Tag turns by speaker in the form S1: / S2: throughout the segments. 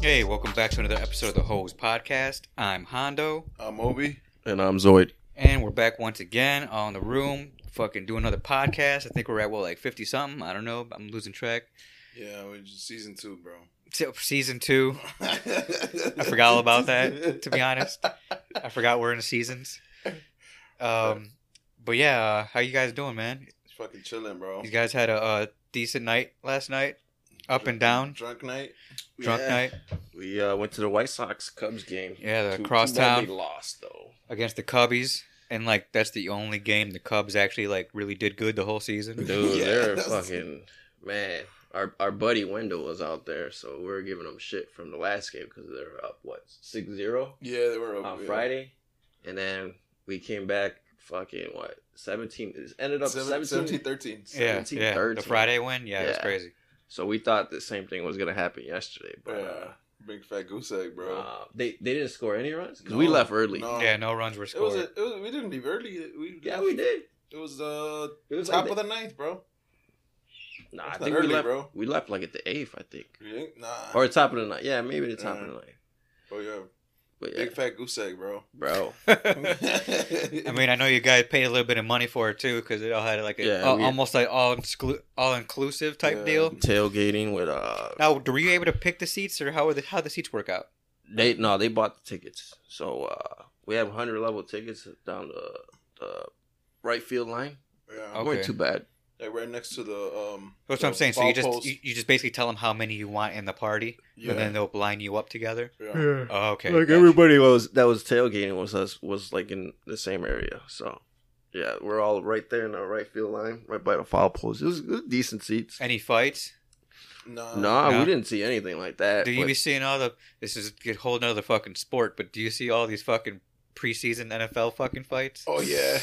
S1: Hey, welcome back to another episode of the Hose Podcast. I'm Hondo,
S2: I'm Obi.
S3: And I'm Zoid.
S1: and we're back once again on the room. Fucking do another podcast. I think we're at what, like fifty something. I don't know. I'm losing track.
S2: Yeah, we're just season two, bro.
S1: So, Season two.
S2: I
S1: I forgot all about that. To be honest, I forgot we're in the seasons. Um, but yeah, uh, how you guys doing, man?
S2: It's fucking chilling, bro.
S1: You guys had a, uh decent night last night, up and down,
S2: Drunk night.
S1: drunk
S3: Yeah.
S1: night.
S3: We uh, went to the White Sox Cubs game.
S1: Yeah, the
S3: Too- too
S1: crosstown
S3: bad they lost though.
S1: against the Cubbies, and like that's the only game the Cubs actually like really did good the whole season.
S3: Dude,
S2: Yeah.
S3: they're fucking man. Our our buddy Wendell was out there, so we are giving them shit from the last game because they're up what 6-0
S2: Yeah, they were up
S3: on
S2: Oh, yeah.
S3: Friday, and then we came back fucking what seventeen. It ended up
S2: Seven- 17,
S3: 17
S2: 13.
S1: Yeah,
S3: 17,
S1: yeah. The
S3: 13.
S1: Friday win, yeah, that's
S3: Yeah.
S1: crazy.
S3: So we thought the same thing was gonna happen yesterday, but uh,
S2: Yeah. Big fat goose egg, bro.
S3: uh, they they didn't score any runs because we
S2: No,
S3: left early.
S2: no.
S1: Yeah, no runs were
S2: Oh. it was, a,
S1: scored.
S2: it was we didn't leave early. We
S3: Yeah, we did.
S2: It was uh
S3: It was
S2: top
S3: like
S2: of the ninth, bro.
S3: the, nah, I
S2: That's not
S3: think
S2: early,
S3: we left.
S2: bro.
S3: We left like at the eighth, I think.
S2: Yeah, nah.
S3: Or top of the night. Yeah, maybe the top of the night.
S2: oh yeah.
S3: But yeah,
S2: Big fat goose egg, bro.
S3: bro.
S1: I mean, I know you guys paid a little bit of money for it too, because it all had like a,
S3: Yeah,
S1: al-
S3: we-
S1: almost like all exclu- all inclusive type
S2: Yeah.
S1: deal.
S3: Tailgating with uh
S1: Now, were you able to pick the seats, or how were the how the seats work out?
S3: they no, they bought the tickets. So uh we have hundred level tickets down the the right field line.
S2: yeah.
S1: Okay.
S3: Weren't too bad.
S2: Like right next to the um
S1: That's
S2: the
S1: what I'm saying. So
S2: ball
S1: you just
S2: post.
S1: you, you just basically tell them how many you want in the party,
S2: yeah.
S1: and then they'll line you up together.
S2: yeah.
S1: Oh, okay,
S3: like
S1: gotcha.
S3: everybody was that was tailgating was us was like in the same area. So yeah, we're all right there in the right field line, right by the foul post. It was, it was decent seats.
S1: Any fights?
S2: Nah.
S3: Nah,
S1: No.
S3: we didn't see anything like that.
S1: Do you
S3: but-
S1: be seeing all the? This is a whole nother fucking sport, but do you see all these fucking preseason NFL fucking fights?
S2: Oh yeah.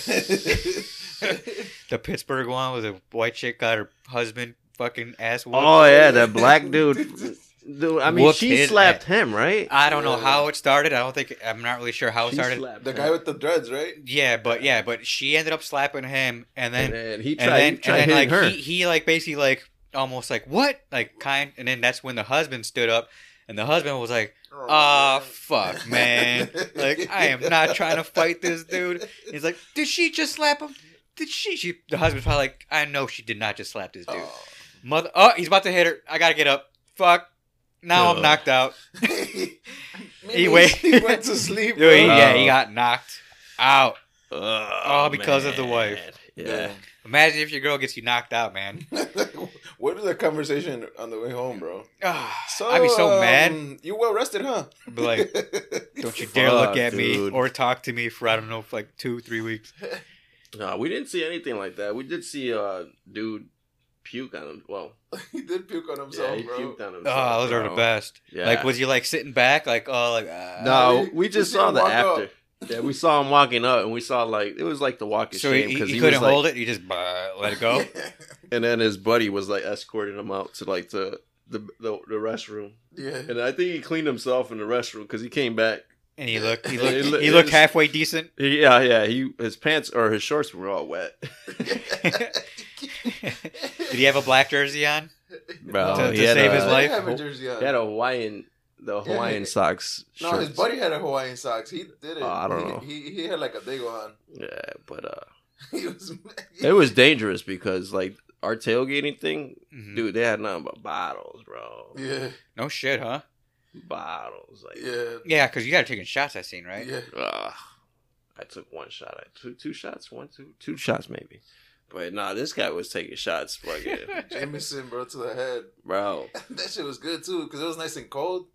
S1: The Pittsburgh one with a white chick got her husband fucking ass whooped.
S3: oh yeah, that black dude. Dude, I mean,
S1: Whooped
S3: she
S1: his
S3: slapped him, right?
S1: I don't know how it started. I don't think I'm not really sure how it
S3: She
S1: started.
S3: slapped
S2: the
S3: him.
S2: guy with the dreads, right?
S1: yeah, but yeah, but she ended up slapping him, and then
S3: and then he
S1: and
S3: tried,
S1: then,
S3: he tried
S1: and then like
S3: hitting her.
S1: he, he like basically like almost like what like kind and then that's when the husband stood up and the husband was like ah fuck man like i am not trying to fight this dude he's like did she just slap him did she she the husband's probably like i know she did not just slap this dude
S2: Oh.
S1: mother oh he's about to hit her i gotta get up fuck now i'm
S3: Ugh.
S1: knocked out
S2: Maybe
S1: He went-
S2: he went to sleep.
S1: Dude, he-
S2: bro.
S1: yeah he got knocked out
S3: oh,
S1: because of the wife.
S3: man. Yeah.
S1: imagine if your girl gets you knocked out man
S2: Damn. what was the conversation on the way home, bro?
S1: Ah,
S2: So
S1: i'd be so mad
S2: um, You well rested, huh?
S1: I'd be like Don't you dare
S3: Fuck,
S1: look at me
S3: dude.
S1: or talk to me for I don't know, for like two, three weeks.
S3: No, we didn't see anything like that. We did see a uh, dude puke on him. Well,
S2: he did puke on himself,
S3: yeah, he
S2: bro.
S3: puked on himself.
S1: Oh, those are the
S3: bro.
S1: best.
S3: Yeah.
S1: Like, was you like sitting back, like, oh, like, uh,
S3: no,
S2: He-
S3: we
S2: he
S3: just
S2: didn't
S3: saw the
S2: walk
S3: after.
S2: up.
S3: Yeah, we saw him walking up, and we saw like it was like the walk of
S1: so he,
S3: shame
S1: he,
S3: because he,
S1: couldn't
S3: was, like-
S1: hold it. He just uh, let it go.
S3: and then his buddy was like escorting him out to like the the the, the restroom,
S2: yeah.
S3: and I think he cleaned himself in the restroom because he came back
S1: and he looked, he
S3: It
S1: looked,
S3: look-
S1: he
S3: it
S1: looked
S3: is-
S1: halfway decent.
S3: Yeah, yeah. He his pants or his shorts were all wet.
S1: Did he have a black jersey on?
S3: Bro,
S1: To- to
S3: he had
S1: save
S3: a-
S1: his life?
S2: He had a jersey on.
S3: He had a Hawaiian, the
S2: he-
S3: Hawaiian socks.
S2: no, his
S3: shorts.
S2: buddy had a Hawaiian socks. He did it.
S3: Oh, I don't
S2: he,
S3: know.
S2: He, he had like a dago on.
S3: Yeah, but uh,
S2: He was.
S3: it was dangerous because like our tailgating thing,
S1: Mhm.
S3: dude. They had nothing but bottles, bro.
S2: Mm. Yeah,
S1: No shit, huh?
S3: Bottles, like
S2: yeah,
S1: Yeah, because you got to taking shots. I seen right.
S2: yeah.
S3: Ugh. I took one shot. I two two shots, one two two shots maybe. But nah, this guy was taking shots, fucking
S2: Jameson, bro, to the head.
S3: bro.
S2: That shit was good too, cause it was nice and cold.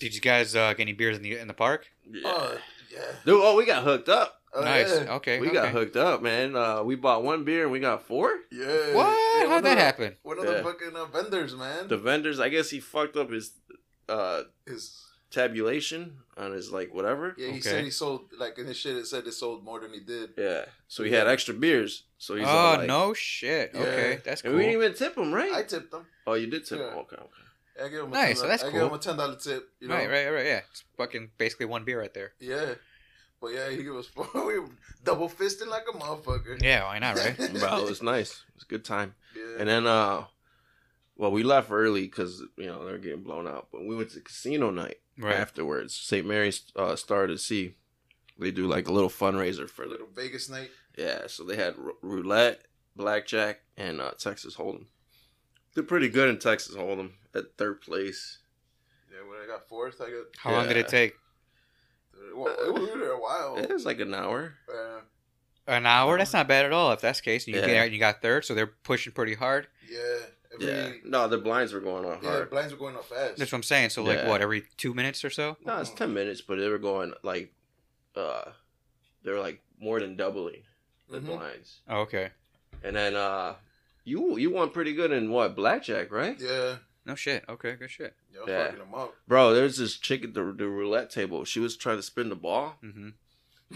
S1: Did you guys uh, get any beers in the in the park?
S3: Yeah.
S2: Oh, yeah.
S3: Dude, oh, we got hooked up.
S2: Oh,
S1: nice.
S2: Yeah.
S1: Okay.
S3: We
S1: okay.
S3: got hooked up, man. Uh, we bought one beer and we got four.
S2: yeah.
S1: Oh. What?
S2: Yeah, one
S1: How'd
S2: of
S1: that
S2: the-
S1: happen?
S2: One of
S3: Yeah.
S2: the fucking uh, vendors, man.
S3: the vendors i guess he fucked up his uh
S2: His,
S3: tabulation on his like whatever
S2: yeah, he
S1: Okay.
S2: said he sold like in his shit. It said it sold more than he did.
S3: yeah so he had extra beers so he's all
S1: Oh
S3: like-
S1: no shit.
S2: Yeah.
S1: Okay, that's
S3: and
S1: cool.
S3: we didn't even tip him right
S2: I tipped him.
S3: oh you did tip him
S2: Yeah.
S3: okay, okay.
S2: I gave him a
S1: Nice,
S2: $10
S1: so that's
S2: I
S1: cool.
S2: gave him a ten dollar tip. You know?
S1: Right, right, right. Yeah, it's fucking basically one beer right there.
S2: Yeah. But yeah, he was we were double fisting like a motherfucker.
S1: Yeah, why not, right?
S3: Bro, it was nice. It was a good time.
S2: Yeah.
S3: And then, uh, well, we left early because you know they were getting blown out. But we went to casino night
S1: Right.
S3: afterwards. St. Mary's uh, Star to Sea. They do like a little fundraiser for
S2: a
S3: the
S2: little Vegas night.
S3: yeah. So they had r- roulette, blackjack, and uh, Texas Hold'em. They're pretty good in Texas Hold'em at third place.
S2: Yeah, when I got fourth, I got.
S1: How long did it
S3: Yeah.
S1: take?
S2: Well, we were there a while.
S3: It was like an hour.
S2: Uh,
S1: An hour? That's not bad at all. If that's the case, and you
S3: Yeah.
S1: get out and you got third, so they're pushing pretty hard.
S2: yeah. Every,
S3: Yeah.
S2: yeah.
S3: No, the blinds were going on hard.
S2: Blinds were going up fast.
S1: That's what I'm saying. So like,
S3: Yeah.
S1: what every two minutes or so?
S3: No, it's ten minutes, but they were going like, uh, they were like more than doubling the
S2: Mhm.
S3: blinds.
S1: Oh, okay.
S3: And then uh, you you won pretty good in what blackjack, right?
S2: Yeah.
S1: No shit. Okay, good shit.
S2: Yeah. I was
S3: Yeah.
S2: fucking them up.
S3: Bro, there's this chick at the, the roulette table. She was trying to spin the ball,
S1: hmm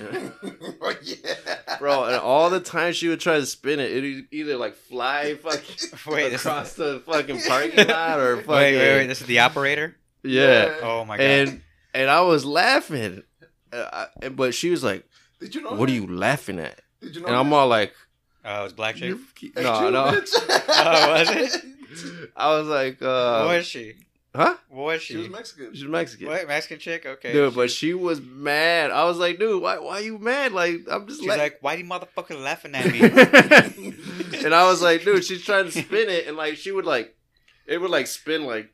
S2: oh, yeah.
S3: bro. And all the time she would try to spin it, it would either like fly fucking
S1: Wait, this is, wait,
S3: across the fucking parking lot or fucking
S1: wait, wait. This is the operator.
S3: yeah.
S1: Oh my god.
S3: And and I was laughing, uh, I, but she was like,
S2: Did you know?
S3: "What are
S2: that?
S3: you laughing at?"
S2: Did you know?
S3: And I'm all like,
S1: oh, it's black chick.
S3: "You f- "No, no."
S1: Oh, was it?
S3: I was like,
S1: What
S3: uh,
S1: was she?
S3: "Huh?"
S1: What was she?
S2: She was Mexican.
S3: She's Mexican.
S1: what Mexican chick? Okay.
S3: Dude, but she was mad. I was like, dude, why why you mad? Like, I'm just
S1: she's
S3: la-
S1: like, why do you motherfucker laughing at me?
S3: and I was like, dude, she's trying to spin it, and like she would like, it would like spin like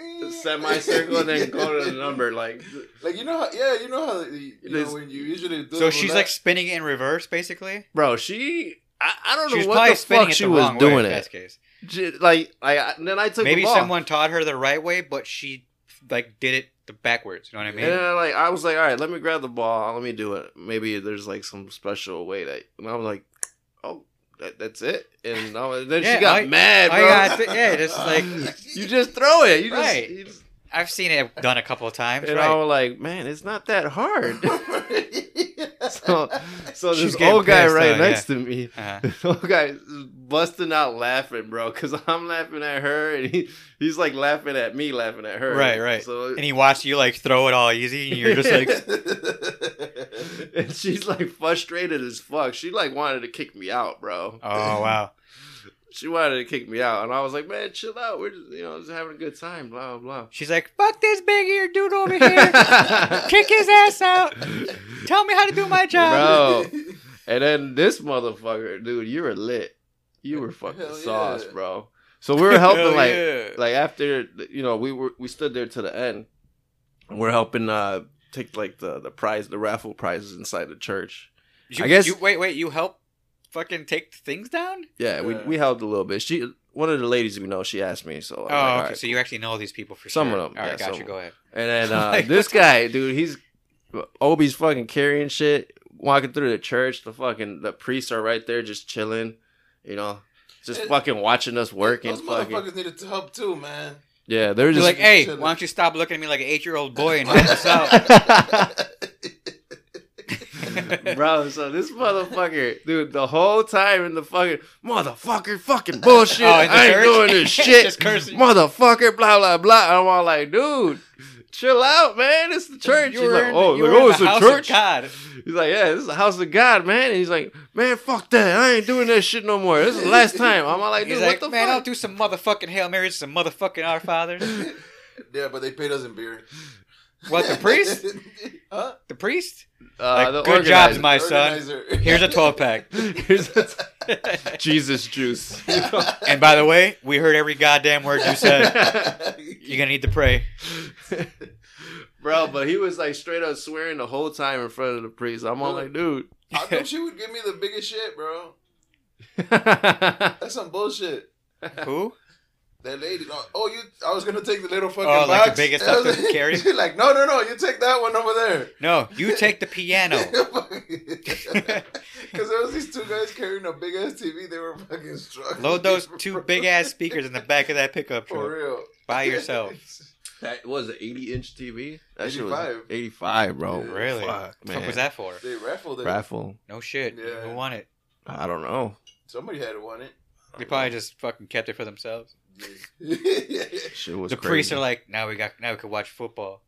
S3: a semicircle and then go to the number. Like,
S2: Like you know how? Yeah, you know how you
S3: This-
S2: know when you usually do.
S1: so
S2: it
S1: she's
S2: with
S1: like
S2: that-
S1: spinning it in reverse, basically.
S3: bro, she, I, I don't
S1: She was
S3: know
S1: probably
S3: what the
S1: spinning
S3: fuck
S1: it
S3: she
S1: the
S3: was
S1: wrong way.
S3: doing
S1: in
S3: it.
S1: that case.
S3: She- like, like, I, and then I took
S1: Maybe
S3: the ball.
S1: someone taught her the right way, but she like did it the backwards. You know what I mean?
S3: And then, like I was like, all right, let me grab the ball. Let me do it. Maybe there's like some special way that. And I was like, oh, that, that's it. And, I was- then
S1: Yeah,
S3: she got
S1: I-
S3: mad,
S1: I
S3: bro.
S1: got it. Yeah, just like
S3: you just throw it. You just,
S1: Right.
S3: you just-
S1: I've seen it done a couple of times.
S3: and I
S1: right?
S3: was like, man, it's not that hard. so, so
S1: She's
S3: this
S1: getting
S3: old guy
S1: pissed,
S3: right
S1: though,
S3: next to me,
S1: Uh-huh.
S3: this old guy is busting out laughing, bro, because I'm laughing at her, and he, he's like laughing at me, laughing at her.
S1: Right, right.
S3: So
S1: And he watched you like throw it all easy, and you're just like,
S3: and she's like frustrated as fuck. She like wanted to kick me out, bro.
S1: oh wow.
S3: She wanted to kick me out, and I was like, man, chill out. We're just you know just having a good time, blah blah.
S1: She's like, fuck this big eared dude over here.
S3: blah.
S1: Kick his ass out. Tell me how to do my job.
S3: Bro. And then this motherfucker, dude, you were lit. You were fucking
S2: Hell
S3: sauce,
S2: yeah.
S3: bro. So we were helping
S1: Hell
S3: like
S1: yeah.
S3: like after you know, we were we stood there to the end. And we're helping uh take like the the prize the raffle prizes inside the church.
S1: You,
S3: I guess-
S1: you wait, wait. You help fucking take the things down.
S3: Yeah, we
S2: Yeah.
S3: we helped a little bit. She one of the ladies we know, she asked me, so I'm like,
S1: oh,
S3: "All
S1: okay.
S3: right."
S1: So you actually know these people for
S3: Some
S1: sure.
S3: of them,
S1: All right,
S3: yeah,
S1: gotcha.
S3: some
S1: Go ahead.
S3: And then uh,
S1: Like,
S3: this
S1: what
S3: guy, dude, he's Obi's fucking carrying shit, walking through the church. The fucking the priests are right there, just chilling, you know, just
S2: It-
S3: fucking watching us work and
S2: Those
S3: fucking
S2: motherfuckers needed help too, man.
S3: yeah. They're
S1: You're
S3: just
S1: like,
S3: like,
S1: hey,
S2: chilling.
S1: why don't you stop looking at me like an eight year old boy and help us out?
S3: bro. So this motherfucker, dude, the whole time in the fucking motherfucker, fucking bullshit.
S1: Oh, in the
S3: I ain't
S1: church?
S3: doing this shit.
S1: Just cursing.
S3: motherfucker, blah blah blah. I'm all like, dude, chill out, man. It's the church.
S1: You
S3: He's
S1: were
S3: like,
S1: in-
S3: oh,
S1: you
S3: like,
S1: were in
S3: oh, it's
S1: the
S3: the
S1: house of
S3: church.
S1: God.
S3: He's like, yeah, this is the house of God, man. And he's like, man, fuck that. I ain't doing that shit no more. This is the last time. I'm all like, dude,
S1: He's
S3: what
S1: like,
S3: the
S1: man, I'll
S3: fuck?
S1: do some motherfucking Hail Marys, some motherfucking Our Fathers.
S2: yeah, but they paid us in beer.
S1: what the priest?
S2: huh?
S1: The priest?
S3: Uh,
S1: Like,
S3: the
S1: good
S3: organizer.
S1: jobs, my son.
S2: Organizer.
S1: Here's a twelve pack.
S3: Here's a Jesus juice.
S1: and by the way, we heard every goddamn word you said. You're gonna need to pray.
S3: Bro, but he was like straight up swearing the whole time in front of the priest. I'm all like, dude.
S2: How come she would give me the biggest shit, bro? That's some bullshit.
S1: Who?
S2: That lady. No, oh, you. I was gonna take the little fucking
S1: Oh, like the
S2: box.
S1: biggest I could carry?
S2: She's like, no, no, no. You take that one over there.
S1: No, you take the piano.
S2: Because there was these two guys carrying a big ass TV. They were fucking struggling.
S1: Load those two big ass speakers in the back of that pickup
S2: For
S1: truck
S2: real.
S1: by yourself.
S3: That was an 80 inch TV? That shit was
S2: 85.
S3: 85, bro.
S2: Yeah.
S1: Oh, Really?
S3: Fuck,
S1: What
S3: man.
S1: was that for?
S2: they raffled it.
S3: Raffle.
S1: No shit.
S2: Yeah.
S1: Who won it?
S3: I don't know.
S2: Somebody had won it.
S1: They probably just fucking kept it for themselves.
S3: Shit was
S1: the
S3: crazy.
S1: priests are like, now we got, now we can watch football.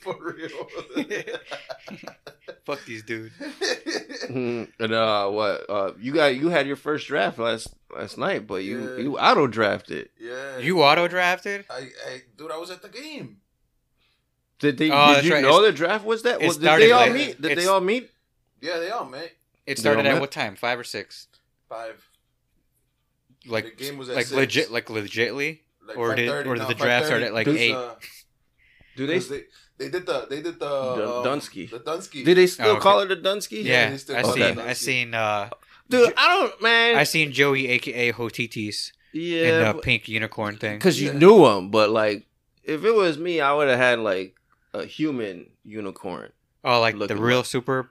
S2: for real.
S1: Fuck these dudes.
S3: Mhm. and uh, what uh, you got? You had your first draft last last night, but you
S2: Yeah.
S3: you auto drafted.
S2: yeah.
S1: You auto drafted?
S2: I, I, dude, I was at the game.
S3: Did they?
S1: Oh,
S3: did
S1: that's
S3: you
S1: right.
S3: know the draft was
S1: it
S3: that? Well, did
S1: started
S3: they all
S2: late.
S3: meet? Did they
S1: It's-
S3: all meet?
S2: Yeah, they all, mate.
S1: It started
S3: Yeah,
S1: at
S3: man.
S1: what time? Five or six?
S2: Five.
S1: Like
S2: The game was at
S1: like
S2: six.
S1: legit like legitly?
S2: Like
S1: Or did-
S2: 5:30,
S1: or
S2: no,
S1: did the draft start
S2: 5:30,
S1: at, like,
S2: because,
S1: eight?
S2: uh,
S3: Do they?
S2: because they, they did the they did the
S3: Dun-
S2: um,
S3: Dunsky.
S2: The Dunsky.
S3: Did they still
S1: Oh, okay.
S3: call it a Dunsky?
S1: Yeah,
S2: they still
S1: I
S3: call it
S1: seen
S2: Dunky.
S1: I seen uh
S3: dude. I don't, man.
S1: I seen Joey aka Hotitis in
S3: yeah,
S1: the pink unicorn thing.
S3: because you
S2: Yeah.
S3: knew him. But like, if it was me, I would have had like a human unicorn.
S1: Oh, like
S3: Look
S1: the
S3: him
S1: real super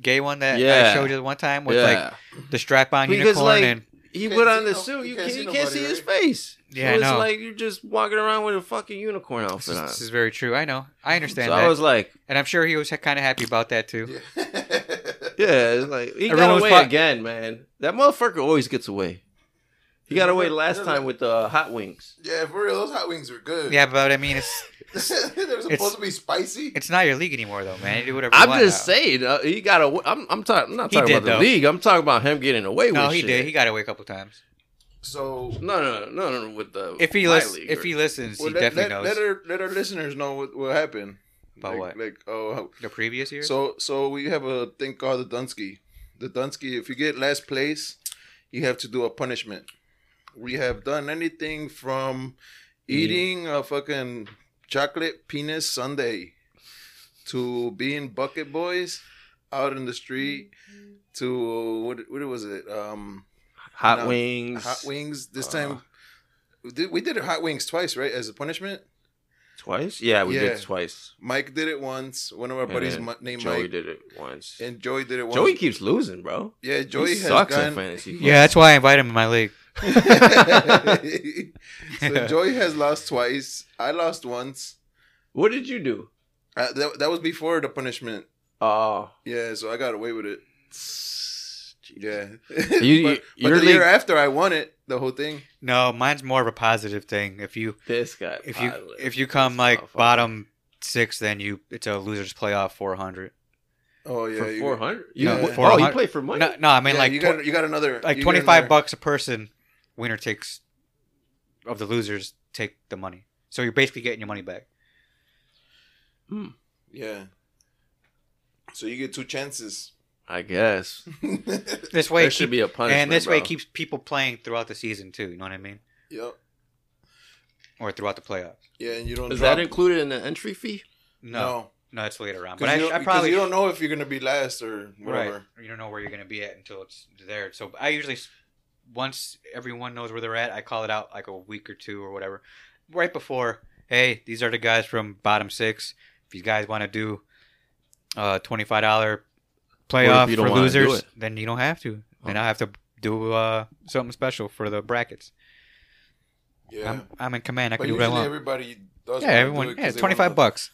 S1: gay one that
S3: Yeah.
S1: I showed you one time with
S3: yeah,
S1: like the strap on
S3: Because,
S1: unicorn
S3: like,
S1: and
S3: he
S2: Can't
S3: put on
S2: see
S3: the
S2: no-
S3: suit.
S2: you
S3: You
S2: can't
S3: can't,
S2: see
S3: you can't see
S2: nobody,
S3: his
S2: right?
S3: face.
S1: Yeah, I
S3: so it's
S1: know.
S3: like you're just walking around with a fucking unicorn
S1: this
S3: outfit
S1: is,
S3: on.
S1: this is very true. I know. I
S3: So
S1: understand that.
S3: I was like,
S1: and I'm sure he was kind of happy about that too.
S2: Yeah.
S3: yeah, it's like he
S1: Everyone
S3: got
S1: was
S3: away
S1: fi-
S3: again, man. That motherfucker always gets away. He got away
S2: Remember-
S3: last
S2: remember-
S3: time with the uh, hot wings.
S2: Yeah, for real, those hot wings were good.
S1: Yeah, but I mean, it's
S2: they were supposed
S1: It's-
S2: to be spicy.
S1: it's not your league anymore, though, man. You do whatever. you
S3: I'm
S1: want
S3: just
S1: now.
S3: saying, uh, he got away. I'm, I'm, talking. I'm not
S1: He
S3: talking
S1: did,
S3: about the
S1: though.
S3: league. I'm talking about him getting away
S1: No,
S3: with
S1: he
S3: shit.
S1: did. He got away a couple times.
S2: So
S3: No, no, no, no, no. With the
S1: If he
S3: my
S1: lis-
S3: league,
S1: if
S3: or-
S1: he listens,
S2: well,
S1: he
S2: let,
S1: definitely
S2: let,
S1: knows
S2: let our let our listeners know what, what happened.
S1: About
S2: like,
S1: what?
S2: Like oh, how-
S1: the previous year.
S2: so so we have a thing called the Dunsky. The Dunsky. If you get last place, you have to do a punishment. We have done anything from eating a fucking chocolate penis sundae to being bucket boys out in the street to what what was it um
S3: hot
S2: no,
S3: wings,
S2: hot wings this
S3: Uh.
S2: time we did, we did hot wings twice right as a punishment
S3: twice. Yeah, we did
S2: Yeah.
S3: it twice.
S2: mike did it once one of our
S3: And
S2: buddies
S3: then
S2: mu- named
S3: Joey
S2: mike
S3: did it once.
S2: and joey did it once
S3: Joey keeps losing, bro.
S2: yeah
S3: Joey
S2: joey has
S3: sucks at
S2: gone
S3: fantasy.
S1: yeah, that's why I invite him in my league.
S2: so joey has lost twice i lost once
S3: What did you do?
S2: uh, that, that was before the punishment
S3: Oh,
S2: yeah so i got away with it yeah
S3: you,
S2: but, but
S3: your
S2: the
S3: league,
S2: year after i won it the whole thing
S1: No, mine's more of a positive thing. If you
S3: this guy.
S1: if you
S3: pilot.
S1: if you come
S3: This
S1: like
S3: motherfucker.
S1: bottom six, then you it's a losers playoff four hundred.
S2: oh yeah
S3: for
S2: you-
S3: four hundred,
S2: Yeah.
S3: oh, you
S1: 400.
S3: play for money.
S1: No, no, I mean
S2: yeah,
S1: like
S2: you
S1: tw-
S2: got you got another
S1: like
S2: you got
S1: twenty five
S2: another-
S1: bucks a person. Winner takes of the losers take the money. So you're basically getting your money back.
S2: Yeah. So you get two chances.
S3: I guess
S2: yep.
S1: This way,
S3: there
S1: it
S3: should
S1: keep-
S3: be a punishment.
S1: and this way it
S3: bro.
S1: keeps people playing throughout the season too. You know what I mean? Or throughout the playoffs.
S2: Yeah, and you don't.
S3: is
S2: drop-
S3: that included in the entry fee?
S1: No,
S2: No.
S1: no, that's later on.
S2: 'Cause
S1: But I,
S2: you don't-
S1: I
S2: because
S1: probably
S2: you don't know if you're gonna be last or whatever.
S1: Right. You don't know where you're going to be at until it's there. So I usually, s- once everyone knows where they're at, I call it out like a week or two or whatever, right before. Hey, these are the guys from bottom six. If you guys want to do a twenty-five dollar
S3: Or
S1: playoff
S3: if you don't
S1: for
S3: wanna do
S1: losers,
S3: it.
S1: then you don't have to. Then
S3: Oh.
S1: I have to do uh, something special for the brackets.
S2: Yeah.
S1: I'm, I'm in command. I
S2: but
S1: can do what I
S2: usually
S1: want.
S2: everybody does. wanna do
S1: yeah, everyone.
S2: it 'cause
S1: Yeah,
S2: they
S1: twenty five
S2: wanna- Hmm.
S1: bucks.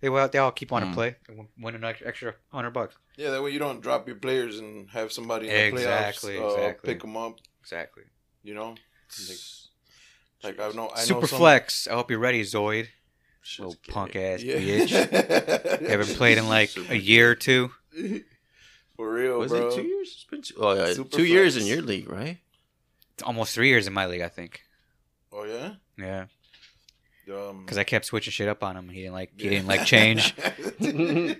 S1: They will. They all keep on
S3: Mm.
S1: to play. and win- Win an ex- extra hundred bucks.
S2: Yeah, that way you don't drop your players and have somebody in the
S1: Exactly,
S2: playoffs uh,
S1: exactly.
S2: pick them up.
S1: Exactly.
S2: You know, like I know, I know
S1: Super
S2: some-
S1: flex. I hope you're ready, Zoid.
S3: Shit's
S1: Little
S3: getting-
S1: punk ass
S2: Yeah.
S1: bitch. You haven't played in like
S3: Super
S1: a year or two.
S2: For real,
S3: Was
S2: bro.
S3: it two years? It's been two, oh, yeah, two
S2: Super
S3: years
S2: flex.
S3: in your league, right?
S1: It's almost three years in my league, I think.
S2: Oh yeah.
S1: Yeah,
S2: Um,
S1: because I kept switching shit up on him. He didn't like. He didn't like change.
S2: Yeah.
S1: change.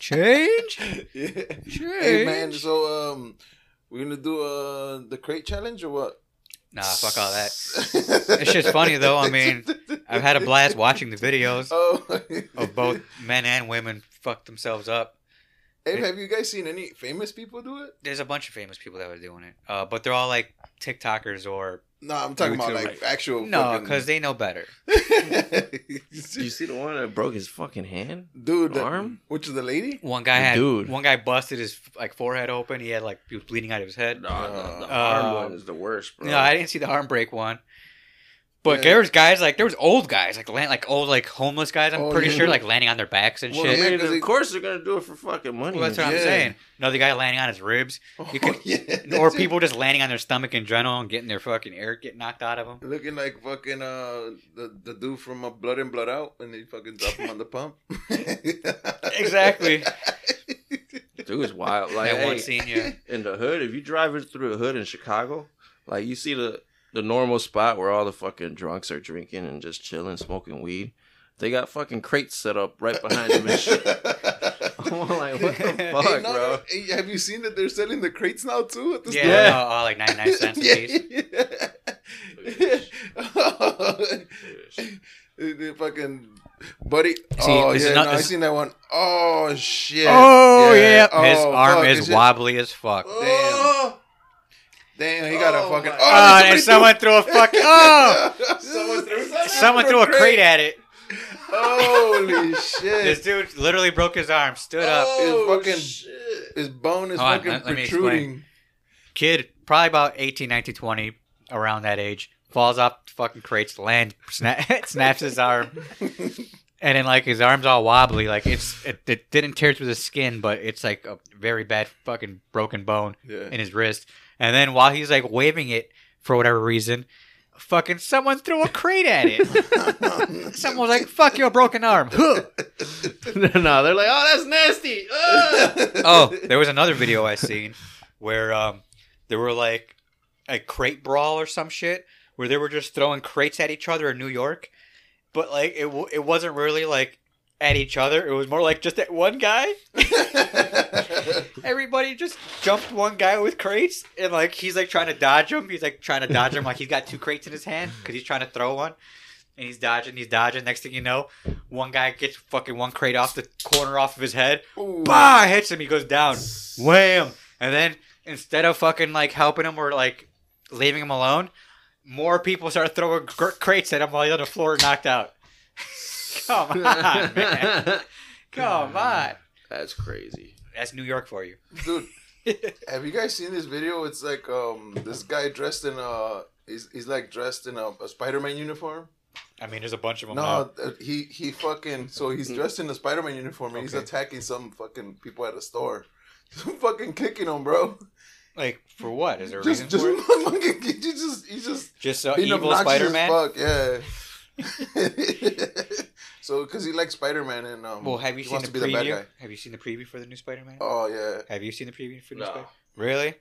S1: Change.
S2: Hey man, so um, we're gonna do uh the crate challenge or what?
S1: Nah, Ah, fuck all that. It's just funny, though, I mean, I've had a blast watching the videos
S2: Oh.
S1: of both men and women fuck themselves up.
S2: Hey, have you guys seen any famous people do it?
S1: There's a bunch of famous people that were doing it, uh, but they're all like TikTokers or
S2: No, I'm talking about
S1: YouTube,
S2: like
S1: right?
S2: actual.
S1: no,
S2: fucking-
S1: because they know better.
S3: you see the one that broke his fucking hand?
S2: dude, the-
S3: Arm?
S2: which is the lady?
S1: One guy
S3: The
S1: had
S3: dude.
S1: one guy busted his like forehead open. He had like he was
S2: Uh,
S1: bleeding out of his head.
S3: No, the, the
S1: Uh,
S3: arm one is the worst, bro.
S1: No, I didn't see the arm break one. But
S2: Yeah.
S1: there was guys like there was old guys like land, like old like homeless guys. I'm
S2: Oh,
S1: pretty
S2: yeah.
S1: sure like landing on their backs and
S3: Well,
S1: shit.
S2: yeah,
S3: I mean,
S2: 'cause
S3: of
S2: it-
S3: course they're gonna do it for fucking money.
S1: Well, that's what I'm
S2: Yeah.
S1: saying. Another guy landing on his ribs, You could-
S2: Oh, yeah,
S1: or
S2: that's it.
S1: people just landing on their stomach in general and getting their fucking air get knocked out of them.
S2: looking like fucking uh the, the dude from uh, Blood and Blood Out when they fucking drop him on the pump.
S1: Exactly.
S3: Dude, it's wild. Like
S1: That one
S3: hey,
S1: scene, yeah.
S3: in the hood, if you driving through a hood in Chicago, like you see the the normal spot where all the fucking drunks are drinking and just chilling, smoking weed. They got fucking crates set up right behind them and shit. I'm like, what the
S1: Hey,
S3: fuck,
S2: Hey, no,
S3: bro?
S2: hey, have you seen that they're selling the crates now too? At the
S1: Yeah,
S2: store?
S3: Yeah.
S1: no, uh, like 99 cents a piece.
S2: Oh, the, the fucking buddy.
S1: See,
S2: oh
S1: this is
S2: yeah,
S1: not-
S2: no, I
S1: this-
S2: seen that one. Oh shit.
S1: Oh, yeah. His
S2: Oh,
S1: arm
S2: fuck,
S1: is
S2: it's just-
S1: wobbly as fuck.
S2: Oh. Damn, he got
S3: Oh,
S2: a fucking.
S3: my-
S1: oh,
S2: somebody
S1: and someone threw a fucking. Oh!
S2: someone threw
S1: Someone threw a crate at it.
S2: Holy
S1: This
S2: shit!
S1: dude literally broke his arm, stood up.
S2: Oh, fucking-
S3: shit.
S2: His bone is
S1: Hold on,
S2: fucking
S1: let- let me
S2: protruding.
S1: Kid, probably about 18, 19, 20, around that age, falls off the fucking crates, land, sna- snaps his arm. And then, like, his arm's all wobbly. Like, it's it, it didn't tear through the skin, but it's like a very bad fucking broken bone.
S2: Yeah.
S1: in his wrist. And then while he's like waving it for whatever reason, fucking someone threw a crate at it. someone was like, "Fuck your broken arm." Huh.
S3: no, they're like, oh, that's nasty. Ah!
S1: oh, there was another video I seen where um there were like a crate brawl or some shit where they were just throwing crates at each other in New York, but like it w- it wasn't really like at each other. It was more like just at one guy. Everybody just jumped one guy with crates, and like he's like trying to dodge him. He's like trying to dodge him, like he's got two crates in his hand because he's trying to throw one, and he's dodging, he's dodging. Next thing you know, one guy gets fucking one crate off the corner off of his head,
S2: Ooh.
S1: bah, hits him, he goes down, wham, and then instead of fucking like helping him or like leaving him alone, more people start throwing gr- crates at him while he's on the floor knocked out. Come on, man, come on.
S3: That's crazy.
S1: That's New York for you.
S2: Dude, have you guys seen this video? It's like um this guy dressed in a he's, he's like dressed in a, a Spider-Man uniform.
S1: I mean, there's a bunch of them. now.
S2: No, uh, he he fucking so he's dressed in a Spider-Man uniform and he's
S1: Okay.
S2: attacking some fucking people at a store. fucking kicking them, bro.
S1: Like for what? Is there a
S2: Just
S1: reason
S2: just
S1: for it?
S2: fucking he just he just
S1: Just so
S2: being
S1: evil
S2: obnoxious
S1: Spider
S2: as
S1: Man.
S2: Fuck yeah. so because he likes Spider-Man and um
S1: Well, have you
S2: he
S1: seen
S2: wants
S1: the
S2: to be the bad
S1: preview?
S2: guy.
S1: have you seen the preview for the new Spider Man?
S2: Oh yeah.
S1: Have you seen the preview for the new
S3: No.
S1: Spider? Really?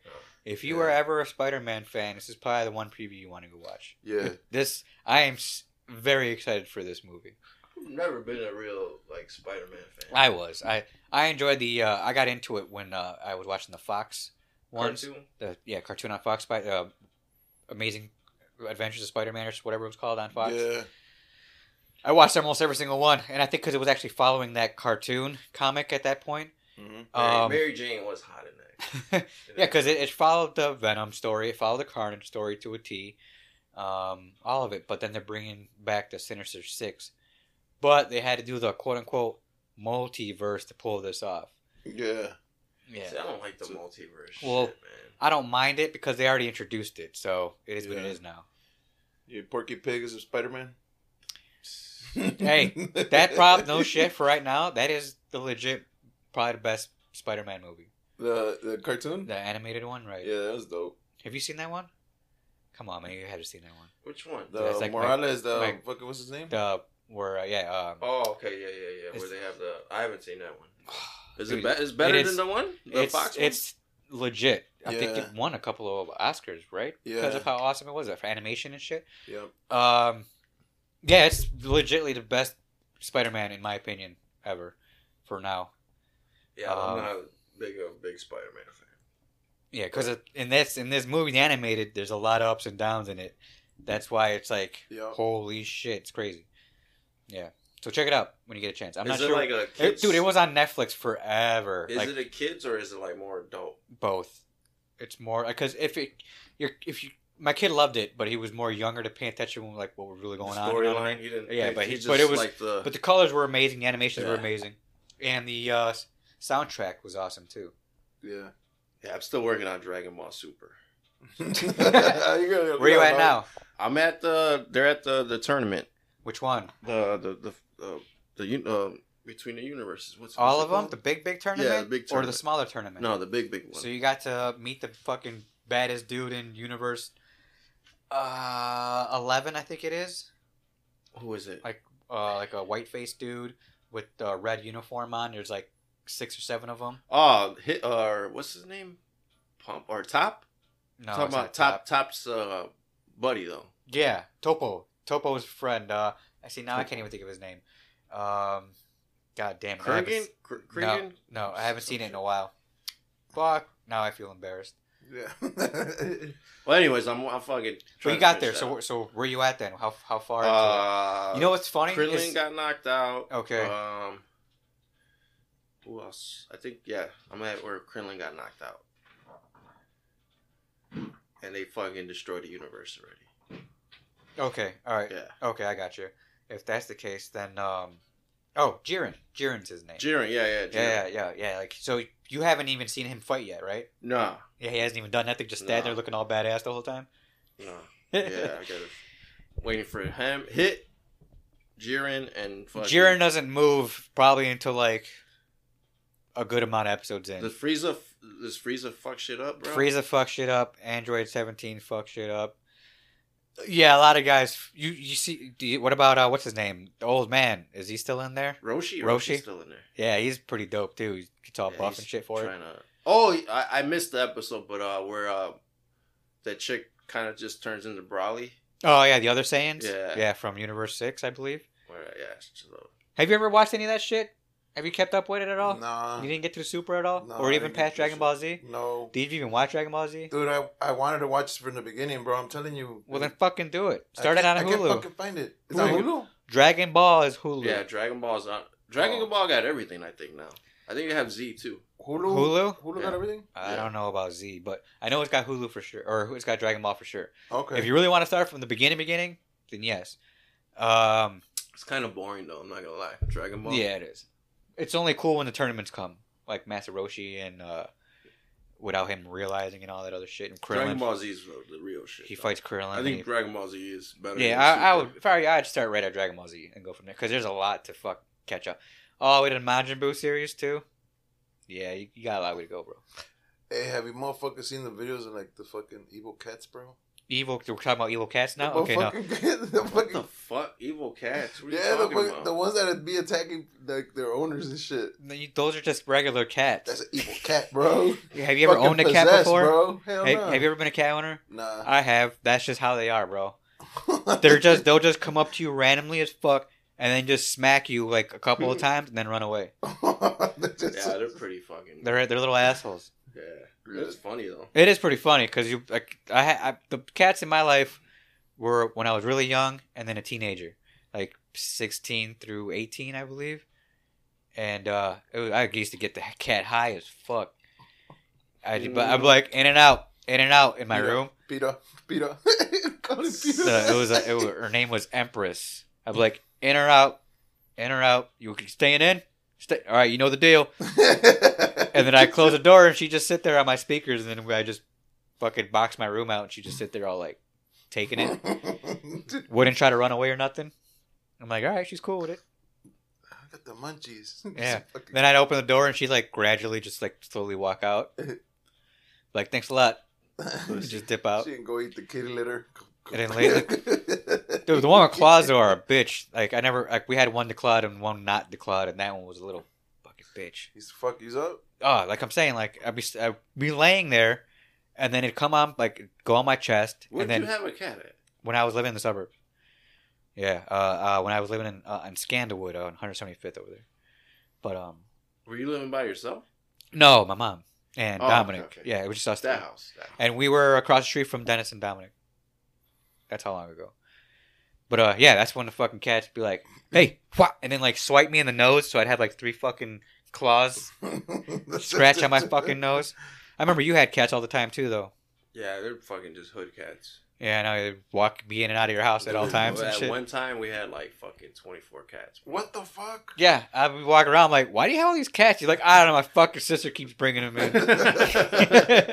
S1: If you
S2: Yeah.
S1: were ever a Spider Man fan, this is probably the one preview you want to go watch.
S2: Yeah.
S1: This I am s- very excited for this movie.
S3: I've never been a real like Spider-Man fan.
S1: I was I I enjoyed the uh, I got into it when uh, I was watching the Fox ones.
S3: Cartoon?
S1: The yeah cartoon on Fox, Spi- uh, Amazing Adventures of Spider Man or whatever it was called on Fox.
S2: Yeah.
S1: I watched almost every single one, and I think because it was actually following that cartoon comic at that point.
S2: Mhm.
S3: Mary,
S1: Um,
S3: Mary Jane was hot in that.
S1: yeah, because it, it followed the Venom story, it followed the Carnage story to a T, um, all of it. But then they're bringing back the Sinister Six, but they had to do the quote unquote multiverse to pull this off.
S2: Yeah.
S1: Yeah,
S3: See, I don't like the multiverse.
S1: Well-
S3: shit, man.
S1: I don't mind it because they already introduced it, so it is what it
S2: Yeah.
S1: is now.
S2: Yeah, Porky Pig is a Spider Man.
S1: Hey, That prob no shit for right now. That is the legit, probably the best Spider-Man movie,
S2: The the cartoon.
S1: the animated one, right?
S2: Yeah, that was dope.
S1: Have you seen that one? Come on, man, you had to see that one.
S3: Which one?
S2: The
S1: That's like
S2: Morales, the
S1: Mike-
S2: fucking what's his name?
S1: The where uh, yeah, um,
S3: Oh, okay, yeah, yeah, yeah.
S1: It's-
S3: Where they have the I haven't seen that one. Is
S1: Dude,
S3: it, be- is better
S1: it is-
S3: than the one? The
S1: it's
S3: Fox one?
S1: it's legit. I think
S2: Yeah.
S1: it won a couple of Oscars, right? Because
S2: Yeah.
S1: of how awesome it was uh, for animation and shit.
S2: Yep.
S1: Um, yeah, it's legitly the best Spider-Man in my opinion ever, for now.
S3: yeah, I'm
S1: um,
S3: not big of a big Spider-Man fan.
S1: Yeah, because in this in this movie, the animated, there's a lot of ups and downs in it. That's why it's like,
S2: Yeah.
S1: holy shit, it's crazy. Yeah, so check it out when you get a chance. I'm
S3: is
S1: not
S3: it
S1: sure,
S3: like a
S1: It-
S3: kids?
S1: dude. It was on Netflix forever.
S3: Is
S1: like,
S3: it a kids or is it like more adult?
S1: both. It's more because if it, you're if you, my kid loved it, but he was more younger to pay attention when, like what was really going on. you know what I mean?
S3: Storyline. He didn't.
S1: Yeah,
S3: think-
S1: but
S3: he
S1: he-
S3: just
S1: but it was-
S3: like the.
S1: But the colors were amazing. The animations were
S3: Yeah.
S1: amazing, and the uh, s- soundtrack was awesome too.
S2: Yeah.
S3: yeah, I'm still working on Dragon Ball Super.
S2: You gotta-
S1: Where you
S2: gotta
S1: at
S2: know.
S1: now?
S3: I'm at the. They're at the the tournament.
S1: Which one?
S3: The the the uh, the un- uh, between the universes. What's
S1: All
S3: what's
S1: of
S3: it
S1: them?
S3: called?
S1: The big, big tournament?
S3: the big
S1: Or
S3: tournament.
S1: the smaller tournament?
S3: no, the big big one.
S1: So you got to meet the fucking baddest dude in universe. Uh, eleven, I think it is.
S3: Who is it?
S1: Like- Uh, like a white faced dude with a red uniform on. There's like six or seven of them.
S3: Oh, hit or what's his name? Pump or top?
S1: No,
S3: Talking
S1: it's not
S3: about top top's uh, buddy though.
S1: Yeah, Topo. Topo's friend. Uh, I see. Now I can't even think of his name. Um, God damn it. I haven't-
S3: Kurgan? Kr- Kurgan?
S1: No, I haven't seen it in a while. Fuck. Now I feel embarrassed.
S2: Yeah.
S3: Well, anyways, I'm, I'm
S1: But
S3: fucking.
S1: you
S3: trying to
S1: got there.
S3: finish
S1: So
S3: that.
S1: where- so where you at then? How how far? into
S3: uh,
S1: it? You know what's funny?
S3: Krillin
S1: is-
S3: got knocked out.
S1: Okay.
S3: Um, who else? I think yeah, I'm at where Krillin got knocked out, and they fucking destroyed the universe already.
S1: okay. All right.
S3: Yeah.
S1: Okay, I got you. If that's the case, then um, oh, Jiren. Jiren's his name.
S3: Jiren, yeah, yeah, Jiren.
S1: Yeah, yeah, yeah, yeah. Like so, you haven't even seen him fight yet, right?
S3: Nah,
S1: Yeah, he hasn't even done nothing. Just stand
S3: No.
S1: there looking all badass the whole time.
S3: nah. Yeah, I got it. Waiting for him hit Jiren and fucking
S1: Jiren doesn't move probably until like a good amount of episodes in.
S3: Does Frieza f- does Frieza fuck shit up, bro?
S1: Frieza fuck shit up. Android seventeen fuck shit up. Yeah, a lot of guys. You you see? Do you, what about uh, what's his name? The old man. Is he still in there?
S3: Roshi,
S1: Roshi?
S3: Roshi's still in there.
S1: Yeah, he's pretty dope too. He's all
S3: Yeah,
S1: buff
S3: he's
S1: and shit for it.
S3: trying to- Oh, I, I missed the episode, but uh, where uh, that chick kind of just turns into Brawly.
S1: Oh yeah, the other Saiyans.
S3: Yeah.
S1: yeah, from Universe Six, I believe.
S3: Where yeah, so,
S1: Have you ever watched any of that shit? Have you kept up with it at all?
S2: nah.
S1: You didn't get to the Super at all,
S2: No,
S1: or
S2: I
S1: even
S2: didn't get
S1: past
S2: to
S1: Dragon
S2: Super.
S1: Ball Z?
S2: No.
S1: Did you even watch Dragon Ball Z?
S2: Dude, I, I wanted to watch this from the beginning, bro. I'm telling you.
S1: Well, then fucking do it.
S2: I
S1: Start it on
S2: can't- I
S1: Hulu.
S2: can't fucking find it. Is
S1: Hulu.
S2: that Hulu?
S1: Dragon Ball is Hulu.
S3: yeah, Dragon Ball's on. Dragon
S2: Oh.
S3: Ball got everything, I think now. I think they have Z too.
S2: Hulu?
S1: Hulu.
S2: Hulu
S3: Yeah.
S2: got everything?
S1: I
S3: Yeah.
S1: don't know about Z, but I know it's got Hulu for sure, or it's got Dragon Ball for sure.
S2: Okay.
S1: If you really want to start from the beginning, beginning, then yes. Um,
S3: It's kind of boring though. I'm not gonna lie. Dragon Ball.
S1: yeah, it is. It's only cool when the tournaments come, like Masaroshi and uh, without him realizing and all that other shit. And
S3: Dragon
S1: Krillin,
S3: Ball Z is the, the real shit.
S1: he
S3: though.
S1: fights Krillin.
S3: I
S1: and
S3: think
S1: he-
S3: Dragon Ball Z is better.
S1: Yeah,
S3: than
S1: I, I
S3: Super.
S1: would probably I'd start right at Dragon Ball Z and go from there because there's a lot to fuck catch up. Oh, we did Majin Buu series too. Yeah, you, you got a lot way to go, bro.
S2: Hey, have you motherfuckers seen the videos of like the fucking evil cats, bro?
S1: Evil, we're talking about evil cats now.
S2: The
S1: Oh, Okay, no.
S2: motherfucking- the
S3: What
S2: fucking-
S3: the fuck, evil cats? What are
S2: E- yeah,
S3: you
S2: the,
S3: talking
S2: fuck,
S3: about?
S2: the ones that be attacking like their owners and shit.
S1: No, you- Those are just regular cats.
S2: That's an evil cat, bro.
S1: have you ever
S2: Fucking
S1: owned a cat
S2: possessed,
S1: before?
S2: Bro. Hell
S1: Have,
S2: no.
S1: have you ever been a cat owner?
S2: Nah.
S1: I have. That's just how they are, bro. They're just they'll just come up to you randomly as fuck and then just smack you like a couple of times and then run away.
S2: They're just-
S3: yeah, they're pretty fucking.
S1: They're they're little assholes.
S3: yeah, it's funny though.
S1: It is pretty funny because you like I, ha- I the cats in my life were when I was really young and then a teenager, like sixteen through eighteen, I believe. And uh, it was, I used to get the cat high as fuck. I did, but I'm like in and out, in and out in my
S2: Yeah.
S1: room.
S2: Peter. Peter. Call him Peter.
S1: So it was, a, it was her name was Empress. I'm like in or out, in or out. You staying in? Stay. All right, you know the deal. And then I close the door, and she just sit there on my speakers, and then I just fucking box my room out, and she just sit there all like taking it.
S2: I
S1: Wouldn't try to run away or nothing. I'm like, all right, she's cool with it.
S2: got the munchies.
S1: Yeah.
S2: Fucking-
S1: Then I'd open the door, and she's like gradually just like slowly walk out. Like thanks a lot. Just dip out.
S2: She didn't go eat the kitty litter.
S1: And then later- Dude, the one with claws are a bitch. Like I never like we had one declawed and one not declawed, and that one was a little fucking bitch.
S2: He's fuck you up.
S1: oh, like I'm saying, like I'd be, I'd be laying there, and then it'd come on, like go on my chest,
S3: Where
S1: and
S3: did
S1: then
S3: you have a cat at?
S1: when I was living in the suburbs, yeah, uh, uh, when I was living in uh, in Scandalwood uh, on 175th over there, but um,
S3: Were you living by yourself?
S1: no, my mom and
S3: Oh, okay,
S1: Dominic,
S3: okay.
S1: yeah, it was just us
S3: That
S1: three.
S3: house. That house.
S1: and we were across the street from Dennis and Dominic. That's how long ago. But uh, yeah, that's when the fucking cats be like, "Hey, wha-" and then like swipe me in the nose, so I'd have like three fucking claws scratch on my fucking nose. I remember you had cats all the time too, though.
S3: Yeah, they're fucking just hood cats.
S1: Yeah, I know. They'd walk me in and out of your house at all
S3: Dude,
S1: times and
S3: At
S1: shit.
S3: one time, we had like fucking twenty four cats.
S2: What the fuck?
S1: Yeah, I'd be walking around like, why do you have all these cats? You're like, I don't know. My fucking sister keeps bringing them in.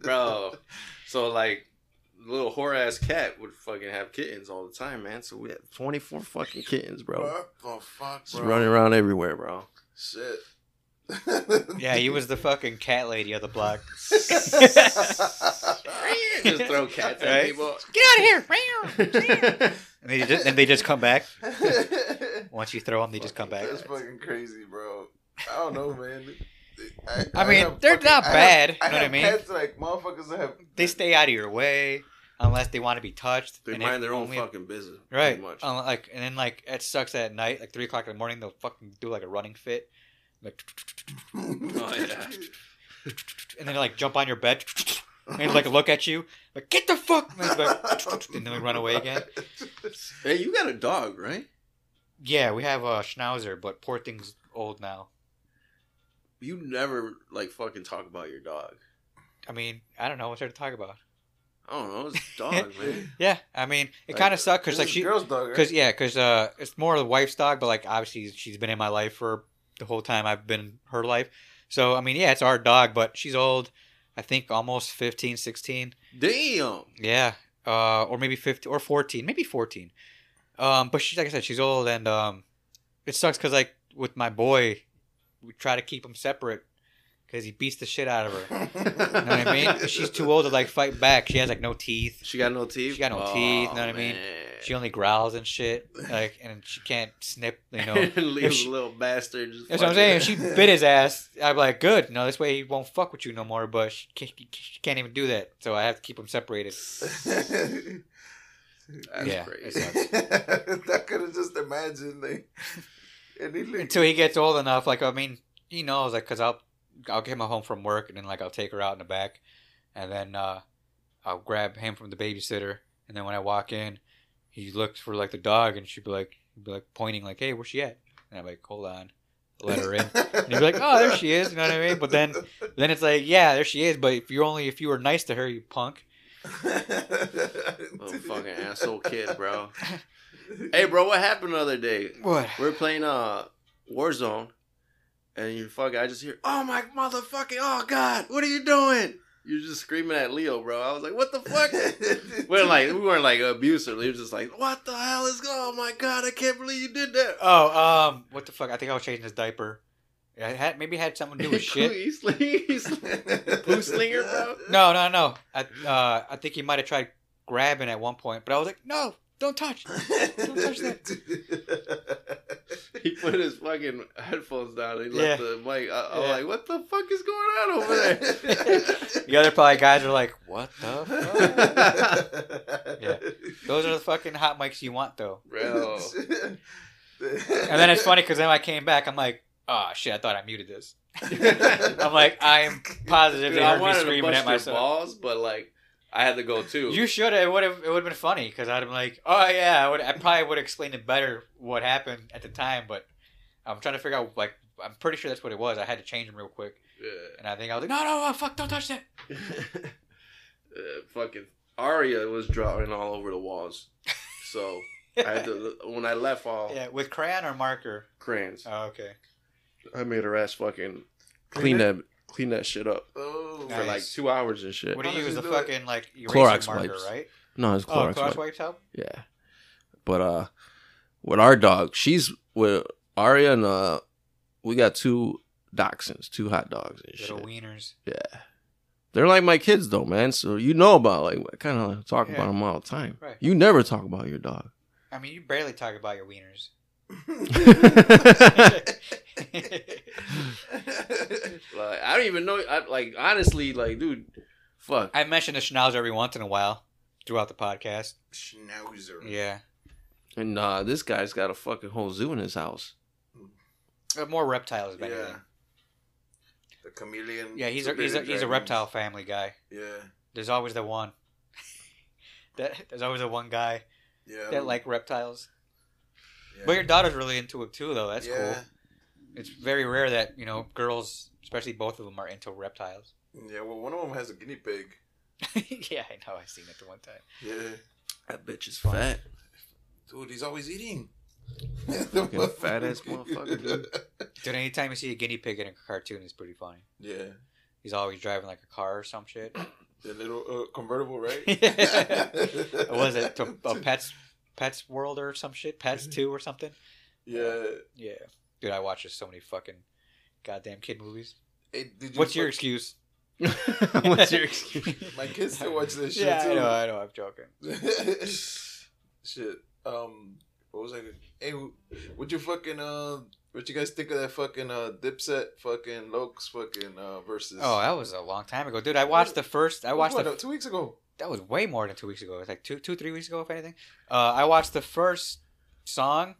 S3: bro. So like little whore ass cat would fucking have kittens all the time, man. So we had 24 fucking kittens, bro.
S2: What the fuck,
S3: Just
S2: bro?
S3: running around everywhere, bro.
S2: Shit.
S1: Yeah, he was the fucking cat lady of the block.
S3: Just throw cats at
S1: Right?
S3: people.
S1: Get out of here! and they just and they just come back. Once you throw them, they just come back.
S2: That's fucking crazy, bro. I don't know, man. I,
S1: I mean,
S2: have
S1: they're not bad,
S2: I have,
S1: you know what I
S2: have
S1: mean?
S2: Pets, like motherfuckers that have.
S1: They stay out of your way unless they want to be touched.
S3: They
S1: and
S3: mind
S1: if
S3: their own
S1: only-
S3: fucking business.
S1: Right.
S3: Pretty much.
S1: Uh, like and then like it sucks at night, like three o'clock in the morning, they'll fucking do like a running fit, like
S3: yeah.
S1: and then like jump on your bed and like look at you, like get the fuck, and then, like, and then they run away again.
S3: hey, you got a dog, right?
S1: Yeah, we have a schnauzer, but poor thing's old now.
S3: You never like fucking talk about your dog.
S1: I mean, I don't know what there to talk about.
S3: I don't know. It's a dog, man.
S1: Yeah, I mean, it
S3: Like,
S1: kind of sucked because
S2: This
S1: like
S2: is
S1: she,
S2: girl's dog, right?
S1: because yeah, because uh, it's more of the wife's dog, but like obviously she's been in my life for the whole time I've been in her life. So I mean, yeah, it's our dog, but she's old. I think almost 15, 16.
S3: Damn.
S1: Yeah, uh, or maybe 15 or 14, maybe 14. Um, but she's like I said, she's old, and um, it sucks because like with my boy, we try to keep him separate because he beats the shit out of her. You know what I mean? She's too old to like fight back. She has like no teeth.
S3: She got no teeth.
S1: She got no
S3: Aw,
S1: teeth, know what I mean?
S3: man.
S1: She only growls and shit. Like, and she can't snip. You know.
S3: Leave
S1: she-
S3: a little bastard. Just
S1: That's what I'm
S3: fucking-
S1: saying. If she bit his ass, I'm like, good. No, this way he won't fuck with you no more. But she can't, she can't even do that, so I have to keep him separated.
S3: That's
S1: Yeah.
S3: crazy.
S2: I could have just imagined like, and he looked,
S1: Until he gets old enough, like I mean, he knows, like, cause I'll I'll get him home from work, and then like I'll take her out in the back, and then uh, I'll grab him from the babysitter, and then when I walk in, he looks for like the dog, and she'd be like, be like pointing, like, hey, where's she at? And I'm like, hold on, let her in. And you'd be like, oh, there she is. You know what I mean? But then, then it's like, yeah, there she is. But if you're only if you were nice to her, you punk.
S3: Little fucking asshole kid, bro. Hey, bro, what happened the other day?
S1: What?
S3: We are playing uh Warzone, and you fuck. I just hear, oh my motherfucking, oh god, what are you doing? You're just screaming at Leo, bro. I was like, what the fuck? we are like, we weren't like abusive. We were just like, what the hell is going? Oh my god, I can't believe you did that.
S1: Oh, um, what the fuck? I think I was changing his diaper. I had maybe it had something to do with shit.
S3: He's like- he's like- Poo slinger, bro.
S1: No, no, no. I uh, I think he might have tried grabbing at one point, but I was like, no, don't touch.
S2: Don't
S1: touch
S3: He put his fucking headphones down. and He left
S1: Yeah.
S3: the mic. I, I'm
S1: Yeah.
S3: like, what the fuck is going on over there?
S1: The other probably guys are like, what the? Fuck? Yeah. Those are the fucking hot mics you want though.
S3: bro.
S1: And then it's funny because then I came back, I'm like, oh shit, I thought I muted this. I'm like, I'm positive
S3: Dude,
S1: they
S3: I
S1: heard me
S3: wanted to
S1: screaming
S3: bust
S1: at
S3: your
S1: myself.
S3: balls, but like, I had to go too.
S1: You should have. It would have. It would have been funny because I'd have been like, "Oh yeah, I would. I probably would have explained it better what happened at the time." But I'm trying to figure out. Like, I'm pretty sure that's what it was. I had to change him real quick,
S3: Yeah.
S1: and I think I was like, "No, no, no fuck, don't touch that."
S3: uh, fucking Aria was drawing all over the walls. So I had to when I left all
S1: yeah, with crayon or marker.
S3: crayons.
S1: Oh, okay.
S3: I made her ass fucking
S2: Clean
S3: clean that clean that shit up
S2: oh,
S3: for
S1: Nice.
S3: like two hours and shit.
S1: What do
S2: How
S1: you
S2: does
S1: use?
S2: he
S1: The
S2: do it?
S1: fucking like eraser
S3: Clorox
S1: marker,
S3: wipes.
S1: right?
S3: No, it's
S1: Oh,
S3: Clorox.
S1: Clorox
S3: wipe.
S1: wipes help.
S3: Yeah, but uh, with our dog, she's with Aria and uh, we got two dachshunds, two hot dogs and shit.
S1: Little wieners.
S3: Yeah. They're like my kids though, man. So you know about like I kind of talk
S1: Yeah.
S3: about them all the time.
S1: Right.
S3: You never talk about your dog.
S1: I mean, you barely talk about your wieners.
S3: Like I don't even know. I, like honestly, like dude, fuck.
S1: I mention the schnauzer every once in a while throughout the podcast.
S2: Schnauzer.
S1: Yeah,
S3: and uh, this guy's got a fucking whole zoo in his house.
S1: Uh, more reptiles, if
S2: Yeah.
S1: anything.
S2: The chameleon.
S1: Yeah, he's a,
S2: two-bit
S1: he's a, he's a
S2: dragon.
S1: reptile family guy.
S2: Yeah.
S1: There's always the one. That- There's always the one guy
S2: Yeah.
S1: that like reptiles.
S2: Um, Yeah.
S1: But your daughter's really into it too, though. That's
S2: yeah.
S1: cool. It's very rare that you know girls, especially both of them, are into reptiles.
S2: Yeah, well, one of them has a guinea pig.
S1: yeah, I know. I've seen it the one time.
S2: Yeah.
S3: That bitch is fat.
S2: Dude, he's always eating.
S3: Fucking fat ass motherfucker, dude.
S1: Dude, anytime you see a guinea pig in a cartoon, it's pretty funny.
S2: Yeah.
S1: He's always driving like a car or some shit.
S2: The little uh, convertible, right?
S1: What was it to, uh, Pets Pets World or some shit? Pets Two or something?
S2: yeah.
S1: Yeah, dude, I watch so many fucking goddamn kid movies.
S2: Hey, did you
S1: What's your
S2: fuck-
S1: excuse?
S3: What's your excuse?
S2: My kids still watch this shit
S1: yeah, I
S2: too.
S1: know, I know, I'm joking.
S2: Shit. Um, what was I? gonna- Hey, what you fucking uh? What you guys think of that fucking uh Dipset fucking Lokes fucking uh versus?
S1: Oh, that was a long time ago, dude. I watched the first. I watched
S2: what,
S1: the
S2: uh, two weeks ago.
S1: that was way more than two weeks ago. It was like two, two, three weeks ago, if anything. Uh, I watched the first song,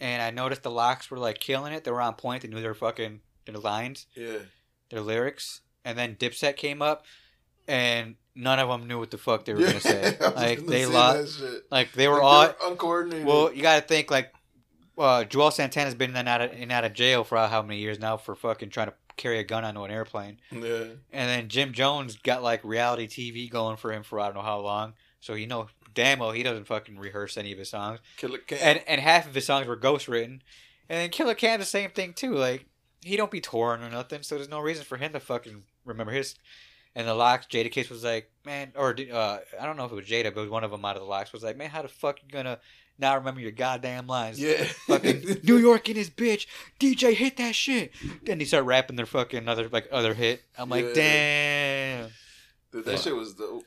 S1: and I noticed the locks were like killing it. They were on point. They knew their fucking their lines,
S2: Yeah.
S1: their lyrics. And then Dipset came up, and none of them knew what the fuck they were gonna say.
S2: I was
S1: like
S2: gonna
S1: they
S2: say
S1: lost.
S2: that shit.
S1: Like they were
S2: Like,
S1: all.
S2: they're uncoordinated.
S1: Well, you got to think like uh, Joel Santana's been in and out of, in and out of jail for how many years now for fucking trying to carry a gun onto an airplane.
S2: yeah.
S1: And then Jim Jones got like reality TV going for him for I don't know how long. So you know damn well he doesn't fucking rehearse any of his songs.
S2: Killer Cam.
S1: And and half of his songs were ghostwritten. And then Killer Cam the same thing too. Like he don't be touring or nothing, so there's no reason for him to fucking remember his. And the locks, Jada Kiss was like, man, or uh, I don't know if it was Jada, but one of them out of the locks was like, man, how the fuck you gonna not remember your goddamn lines?
S2: yeah.
S1: fucking New York and his bitch. DJ hit that shit. Then they start rapping their fucking other like other hit. I'm like,
S2: Yeah.
S1: damn.
S2: Dude, that shit was dope.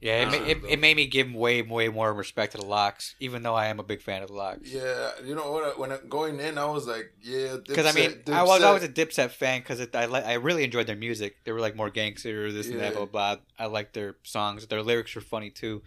S1: Yeah, it,
S2: Nah.
S1: ma- it, it made me give way way more respect to the locks, even though I am a big fan of the locks.
S2: Yeah, you know what? I- When I, going in, I was like, yeah.
S1: Because I mean,
S2: Dipset,
S1: I was
S2: Dipset.
S1: always a Dipset fan because I li- I really enjoyed their music. They were like more gangster, this and that,
S2: Yeah.
S1: blah blah. blah. I liked their songs. Their lyrics were funny too.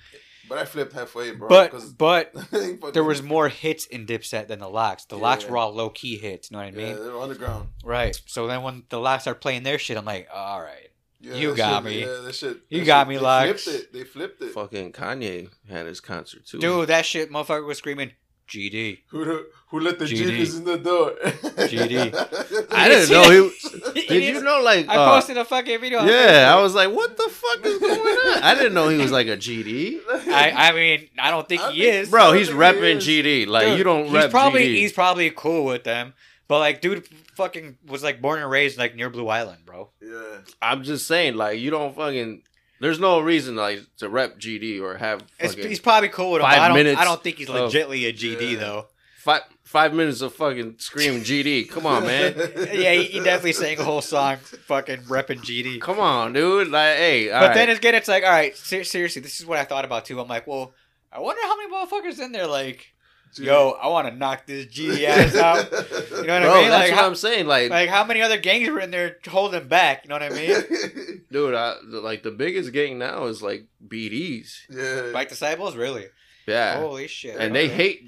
S2: But I flipped halfway, bro.
S1: but
S2: 'cause
S1: but
S2: they fucking-
S1: there was more hits in Dipset than the locks. The locks
S2: Yeah.
S1: were all low key hits. You know what I
S2: Yeah,
S1: mean?
S2: they were underground.
S1: Right. So then when the locks are playing their shit, I'm like, all right.
S2: Yeah,
S1: You
S2: that
S1: got
S2: shit,
S1: me.
S2: Yeah, that shit.
S1: You
S2: that
S1: got
S2: shit-
S1: me,
S2: they
S1: Lux.
S2: Flipped it. They flipped it.
S3: Fucking Kanye had his concert too.
S1: Dude, that shit, motherfucker was screaming, GD.
S2: Who the, who let the
S1: GD.
S2: genius in the door?
S1: GD.
S3: I didn't know he. Did you
S1: Yes.
S3: know like?
S1: I
S3: uh,
S1: posted a fucking video. on
S3: yeah, I
S1: Facebook.
S3: was like, what the fuck is going on? I didn't know he was like a GD.
S1: I, I mean, I don't think
S2: I
S1: he
S2: think-
S1: is.
S3: Bro,
S2: I
S3: he's
S2: think he
S3: repping
S2: is.
S3: GD. Like
S1: Dude,
S3: you don't
S1: he's
S3: rep
S1: probably
S3: GD.
S1: he's probably cool with them, but like, dude, fucking was like born and raised like near Blue Island, bro.
S2: yeah.
S3: I'm just saying, like you don't fucking. There's no reason like to rep GD or have
S1: It's,
S3: fucking
S1: he's probably cool with him. but
S3: five
S1: I don't.
S3: minutes
S1: I don't think he's
S3: of-
S1: legitly a GD
S2: Yeah.
S1: though.
S3: five five minutes of fucking screaming GD. Come on, man.
S1: yeah, he, he definitely sang a whole song, fucking repping GD.
S3: Come on, dude. Like, hey, all
S1: but
S3: right.
S1: then again, it's like, all right, ser- seriously, this is what I thought about too. I'm like, well, I wonder how many motherfuckers in there like, yo, I want to knock this GD ass out. You know what I
S3: bro,
S1: mean?
S3: that's
S1: Like
S3: what
S1: how,
S3: I'm saying. Like,
S1: like how many other gangs were in there holding back? You know what I mean?
S3: dude, I, the- like the biggest gang now is like BDs.
S2: yeah.
S1: Black disciples, really?
S3: Yeah,
S1: Holy shit!
S3: and they
S1: Oh, Okay.
S3: hate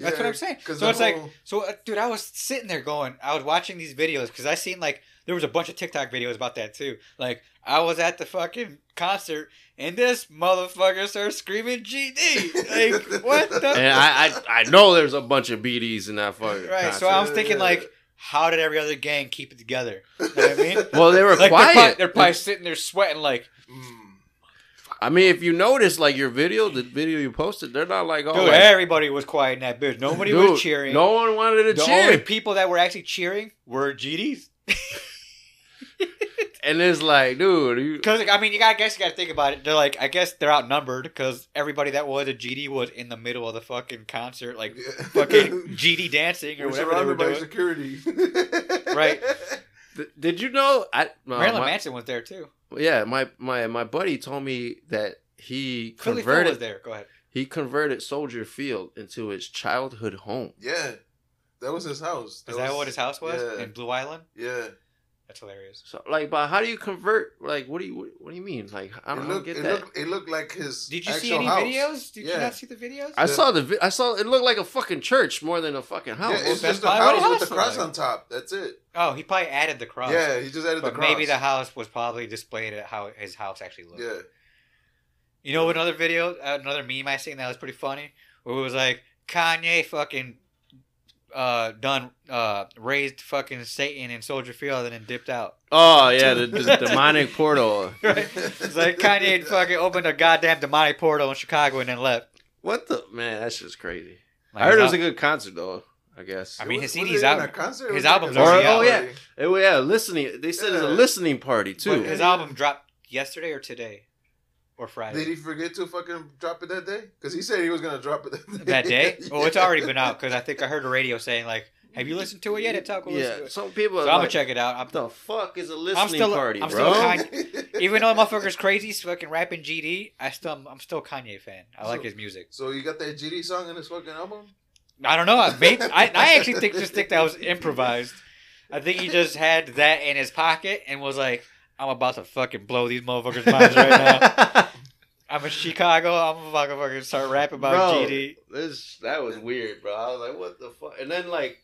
S1: That's what I'm saying.
S2: Because
S1: So it's like, so uh, dude, I was sitting there going, I was watching these videos because I seen like there was a bunch of TikTok videos about that too. Like I was at the fucking concert and this motherfucker started screaming GD. Like what the?
S3: And I, I, I know there's a bunch of BDs in that fucking.
S1: right.
S3: Concert.
S1: So I was thinking like, how did every other gang keep it together? You know what I mean?
S3: well, they were
S1: Like they're
S3: quiet.
S1: probably, they're probably sitting there sweating like,
S2: Mm.
S3: I mean, if you notice, like your video, the video you posted, they're not like all
S1: dude,
S3: Oh, like,
S1: everybody was quiet in that bitch. Nobody
S3: dude,
S1: was cheering.
S3: No one wanted to
S1: the
S3: cheer,
S1: only people that were actually cheering were GDs.
S3: and it's like, dude, you,
S1: Because I mean, you gotta I guess you gotta think about it. They're like, I guess they're outnumbered because everybody that was a GD was in the middle of the fucking concert, like
S2: Yeah.
S1: fucking GD dancing or
S2: We're
S1: whatever they were
S2: surrounded by
S1: doing.
S2: security.
S1: Right.
S3: th- did you know? I, no,
S1: Marilyn
S3: Uh, my-
S1: Manson was there too.
S3: yeah, my my my buddy told me that he
S1: Philly Phil was
S3: converted
S1: there. Go ahead.
S3: he converted Soldier Field into his childhood home.
S2: Yeah. That was his house.
S1: Is that
S2: was-
S1: what his house was
S2: Yeah.
S1: in Blue Island?
S2: yeah.
S1: That's hilarious.
S3: So, like, but how do you convert? Like, what do you what, what do you mean? Like, I don't,
S2: it
S3: I don't
S2: looked,
S3: get
S2: it
S3: that.
S2: Looked, it looked like his.
S1: Did you see
S2: actual
S1: any
S2: house.
S1: videos? Did
S2: Yeah.
S1: you not see the videos?
S3: I saw the vi- I saw it looked like a fucking church more than a fucking house.
S2: Yeah, it's
S1: That's
S2: just a
S1: probably what
S2: house
S1: it
S2: with the
S1: looks
S2: cross
S1: like.
S2: on top. That's it.
S1: oh, he probably added the cross.
S2: Yeah, he just added
S1: but
S2: the cross.
S1: maybe the house was probably displayed at how his house actually looked.
S2: Yeah.
S1: You know another video, uh, another meme I seen that was pretty funny, where it was like Kanye fucking uh done uh raised fucking Satan in Soldier Field and then dipped out.
S3: oh yeah, the, the demonic portal.
S1: Right? It's like Kanye had fucking opened a goddamn demonic portal in Chicago and then left.
S3: What the man? That's just crazy.
S1: Like,
S3: I heard
S1: his
S3: it was a
S1: al-
S3: good concert though. I guess.
S1: I mean, his
S2: Was- was
S1: CD's
S2: it even a
S1: out.
S2: concert?
S1: His
S2: Was it like
S1: album's
S2: a
S3: already
S2: party?
S3: out. Oh, yeah, listening. They said it's a
S2: Yeah.
S3: listening party too.
S1: his album dropped yesterday or today or Friday.
S2: Did he forget to fucking drop it that day? Because he said he was gonna drop it that day.
S1: that day? Well, it's
S2: Yeah.
S1: already been out because I think I heard the radio saying like, "Have you listened to it yet?" It's out. Go listen to
S3: Yeah,
S1: it.
S3: some people.
S1: So I'm
S3: are
S1: gonna
S3: like,
S1: check it out. I'm,
S3: The fuck is a listening
S1: still-
S3: party,
S1: I'm
S3: bro?
S1: still even though the motherfucker's crazy, he's fucking rapping GD. I still, I'm still a Kanye fan. I like
S2: So-
S1: his music.
S2: So you got that GD song in his fucking album?
S1: I don't know. I, may- I, I actually think just think that was improvised. I think he just had that in his pocket and was like, "I'm about to fucking blow these motherfuckers' minds right now. I'm in Chicago. I'm about to fucking start rapping about
S3: Bro.
S1: GD."
S3: This that was weird, bro. I was like, what the fuck? And then like,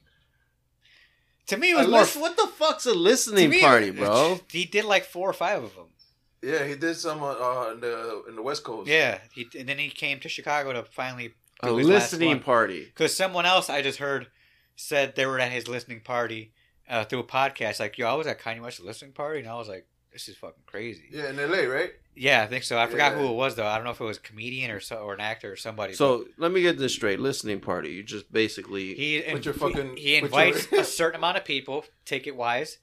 S1: To me, it
S3: a
S1: was more.
S3: lis- what the fuck's a
S1: to
S3: listening
S1: me,
S3: party,
S1: it-
S3: bro?
S1: He did like four or five of them.
S2: Yeah, he did some uh, uh, in the in the West Coast.
S1: Yeah, he, and then he came to Chicago to finally
S3: A
S1: It was last
S3: Oh, listening
S1: one.
S3: party.
S1: Because someone else I just heard said they were at his listening party uh, through a podcast. Like, yo, I was at Kanye West's listening party, and I was like, this is fucking crazy. Yeah,
S2: Yeah, in LA, right?
S1: I think so. I forgot
S2: Yeah.
S1: who it was though. I don't know if it was a comedian or so, or an actor or somebody.
S3: So let me get this straight: listening party. You just
S1: but
S3: basically
S1: he
S2: Put your
S1: he-
S2: fucking-
S1: he
S2: put
S1: invites
S2: your-
S1: a certain amount of people, ticket wise,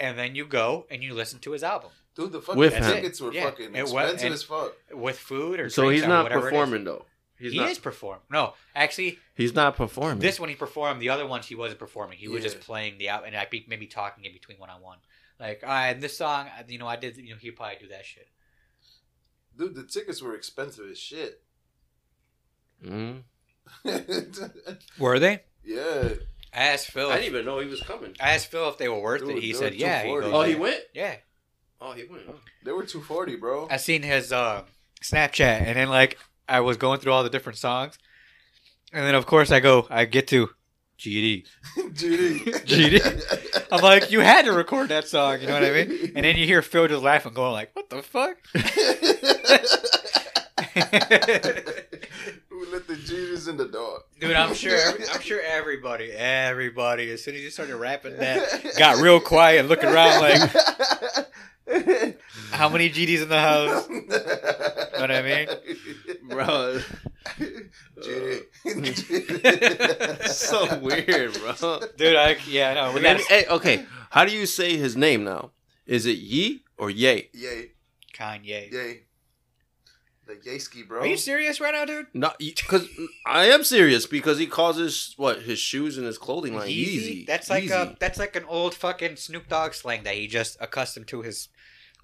S1: and then you go and you listen to his album
S2: Dude, the fucking
S3: With him.
S2: tickets were
S1: Yeah,
S2: fucking
S1: it was-
S2: expensive
S1: and-
S2: as fuck.
S1: with food or
S3: so
S1: drinks
S3: he's
S1: or
S3: not
S1: whatever it is.
S3: performing though. He's
S1: he
S3: not.
S1: is performing. No, actually,
S3: He's not performing.
S1: This one he performed. The other ones he wasn't performing. He was
S2: Yeah.
S1: just playing the out, and I think maybe talking in between one on one. Like, all right, this song, I- you know, I did. You know, he'd probably do that shit.
S2: Dude, the tickets were expensive as shit.
S3: Mhm.
S2: yeah.
S1: Were they? I asked Phil. I,
S3: I didn't even know he was coming.
S1: asked Phil if they were worth
S2: Dude,
S1: it. He
S2: they
S1: said,
S2: were
S1: yeah. He
S2: 240.
S1: goes,
S3: Oh, he went.
S1: yeah.
S3: Oh, he went.
S2: They were 240, bro.
S1: I seen his uh, Snapchat, and then like I was going through all the different songs, and then of course I go, I get to GD.
S2: GD.
S1: GD. I'm like, you had to record that song. You know what I mean? And then you hear Phil just laughing, going like, what the fuck?
S2: Who let the GDs in the dog?
S1: Dude, I'm sure. I'm sure everybody, everybody, as soon as you started rapping that, got real quiet, and looking around like,
S2: like.
S1: how many GDs in the house? what I mean?
S3: Bro,
S2: GD.
S3: it's so weird, bro.
S1: Dude, I yeah, no,
S3: And
S1: we
S3: then-
S1: got
S3: hey, okay, how do you say his name now? Is it Ye or Ye?
S2: Yay,
S1: Kanye.
S2: yay. The Yayski, bro.
S1: Are you serious right now, dude?
S3: No, because I am serious because he calls his what his shoes and his clothing line Yeezy.
S1: That's like
S3: Yeezy.
S1: a that's like an old fucking Snoop Dogg slang that he just accustomed to his.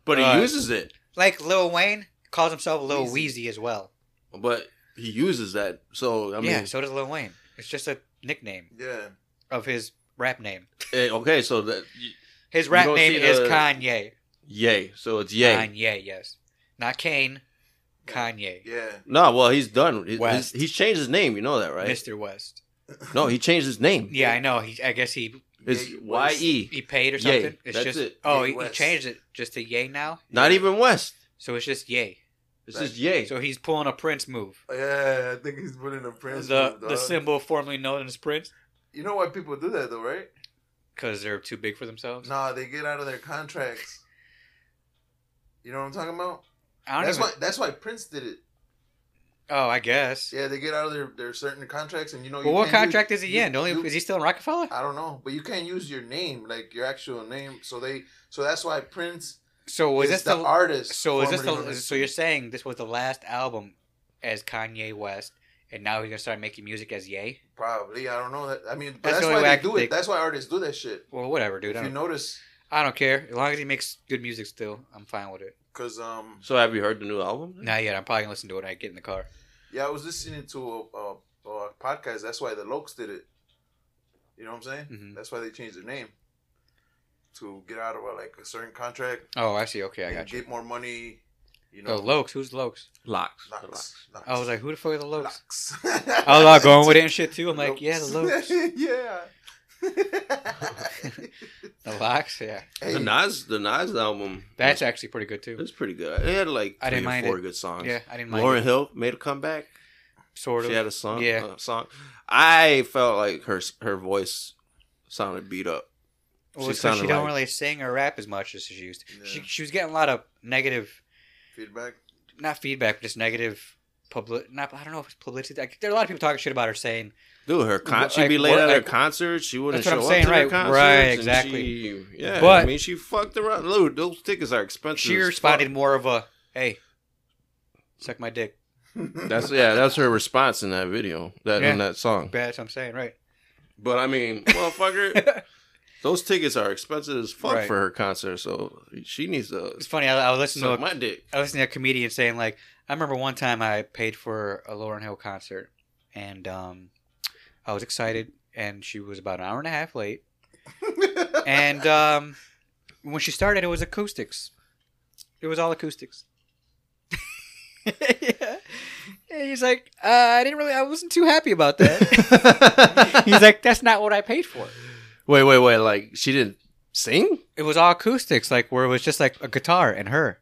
S3: but he
S1: uh,
S3: uses it.
S1: Like Lil Wayne calls himself Lil
S2: Weezy.
S1: Weezy as well.
S3: But he uses that. So I mean,
S1: yeah, so does Lil Wayne. It's just a nickname
S2: Yeah.
S1: of his rap name.
S3: eh, okay, so that y-
S1: His
S3: You
S1: rap
S3: don't
S1: name
S3: see
S1: is
S3: the-
S1: Kanye.
S3: Ye. So it's Ye.
S1: Kanye, yes, not Kane. Kanye.
S2: Yeah.
S3: No, well he's done. He- His,
S1: West.
S3: he's changed his name. You know that, right?
S1: Mr. West.
S3: No, he changed his name.
S1: Yeah, I know. He, I guess he
S3: It's
S2: Ye
S3: Y
S2: West.
S3: E.
S1: he paid or
S3: Yay.
S1: something. It's
S3: That's
S1: just
S3: it.
S1: oh,
S2: Yay
S1: he, he
S2: West.
S1: changed it just to yay now.
S3: Not even West.
S1: So it's just yay.
S3: It's just Ye.
S1: So he's pulling a Prince move.
S2: Yeah, I think he's putting a prince.
S1: the
S2: move,
S1: the
S2: dog.
S1: symbol formerly known as Prince
S2: You know why people do that though, right?
S1: because they're too big for themselves.
S2: Nah, they get out of their contracts. You know what I'm talking about?
S1: I don't
S2: That's
S1: even,
S2: why. That's why Prince did it.
S1: oh, I guess.
S2: Yeah, they get out of their, their certain contracts, and you know.
S1: But
S2: you
S1: what
S2: can't use-
S1: contract is he
S2: you-
S1: in? Don't
S2: you-
S1: he- is he still in Rockefeller?
S2: I don't know, but you can't use your name, like your actual name. So they. So that's why Prince
S1: So was
S2: is
S1: this
S2: the,
S1: the,
S2: artist.
S1: so is this
S2: formerly
S1: the
S2: known as-
S1: so you're saying this was the last album as Kanye West, and now he's gonna start making music as Yay?
S2: probably? I don't know. That, I mean, but
S1: That's
S2: that's,
S1: the only
S2: why
S1: way I
S2: they
S1: can
S2: do it.
S1: think.
S2: That's why artists do that shit.
S1: Well, whatever, dude. I
S2: if you
S1: don't,
S2: notice,
S1: I don't care. As long as he makes good music, still, I'm fine with it.
S2: because um,
S3: So have you heard the new album?
S1: Not yet. I'm probably gonna listen to it when I get in the car.
S2: yeah, I was listening to a, a, a podcast. That's why the Lokes did it. You know what I'm saying?
S1: Mhm.
S2: That's why they changed their name to get out of uh, like a certain contract.
S1: Oh, I see. Okay, I
S2: and
S1: got you. Oh,
S2: get more money. You
S1: The
S2: know,
S1: Lokes. Who's Lokes?
S3: Locks.
S2: Lux,
S3: Locks.
S2: Lux,
S1: I was like, who the fuck are the Lokes?
S2: Lux.
S1: I was like going with it and shit too. I'm like, yeah, the Lokes.
S2: yeah.
S1: The Lokes. Yeah,
S3: The Nas, the Nas album.
S1: that's actually pretty good too.
S3: It's pretty good. It had like
S1: I
S3: three
S1: didn't
S3: or
S1: mind
S3: four
S1: it.
S3: good songs.
S1: Yeah, I didn't mind.
S3: Lauren
S1: it.
S3: Hill made a comeback.
S1: sort of.
S3: She had a song.
S1: Yeah.
S3: uh, song. I felt like her her voice sounded beat up.
S1: well,
S3: she
S1: it's 'cause she
S3: sounded
S1: don't
S3: like-
S1: really sing or rap as much as she used. to.
S2: Yeah.
S1: She she was getting a lot of negative,
S2: Feedback.
S1: not feedback, but just negative public. Not, I don't know if it's publicity. Like, there are a lot of people talking shit about her saying
S3: Dude, her con-
S1: Like,
S3: she'd be late
S1: what-
S3: at her
S1: like-
S3: concert. She wouldn't
S1: That's what
S3: show
S1: I'm
S3: up
S1: saying,
S3: to
S1: right,
S3: her concert.
S1: right, exactly.
S3: yeah, I
S1: But-
S3: mean, she fucked around. Dude, those tickets are expensive.
S1: she
S3: as
S1: responded more of a "Hey, suck my dick."
S3: fuck. That's yeah, that's her response in that video, that in
S1: Yeah.
S3: that song.
S1: That's what I'm saying, right?
S3: But I mean, motherfucker, those tickets are expensive as fuck
S1: Right.
S3: for her concert. So she needs to
S1: It's funny. I, I was listening
S3: suck
S1: to a,
S3: my dick.
S1: I was listening to a comedian saying like, I remember one time I paid for a Lauren Hill concert, and um, I was excited, and she was about an hour and a half late. and um, when she started, it was acoustics. It was all acoustics. yeah. And he's like, uh, I didn't really, I wasn't too happy about that. he's like, that's not what I paid for.
S3: wait, wait, wait. Like she didn't sing,
S1: It was all acoustics, like where it was just like a guitar and her.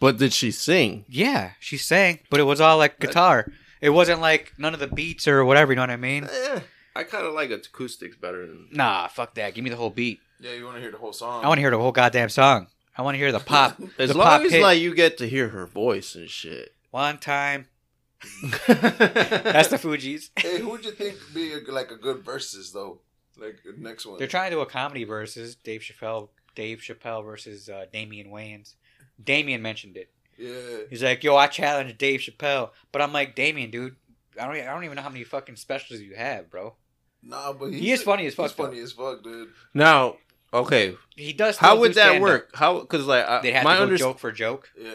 S3: but did she sing?
S1: Yeah, she sang, but it was all like guitar. It wasn't like none of the beats or whatever. You know what I mean?
S3: Eh, I kind of like acoustics better than
S1: Nah, fuck that. Give me the whole beat.
S2: yeah, you want to hear the whole song?
S1: I want to hear the whole goddamn song. I want to hear the pop.
S3: as
S1: The
S3: long
S1: pop
S3: as
S1: hit.
S3: like you get to hear her voice and shit.
S1: One time, that's
S3: that's
S1: the Fugees.
S2: hey, who would you think be a, like a good verses though? Like the next one.
S1: They're trying to do a comedy versus Dave Chappelle. Dave Chappelle versus uh, Damian Wayans. Damian mentioned it.
S2: yeah.
S1: He's like, "Yo, I challenged Dave Chappelle," but I'm like, "Damian, dude, I don't, I don't even know how many fucking specials you have, bro."
S2: Nah, but he's,
S1: He is funny as fuck.
S2: He's
S1: though.
S2: funny as fuck, dude.
S3: now okay.
S1: He does.
S3: How
S1: still
S3: would
S1: do
S3: that
S1: stand-up.
S3: work? How because like I,
S1: They'd have
S3: my
S1: to go
S3: under
S1: joke for joke,
S2: Yeah.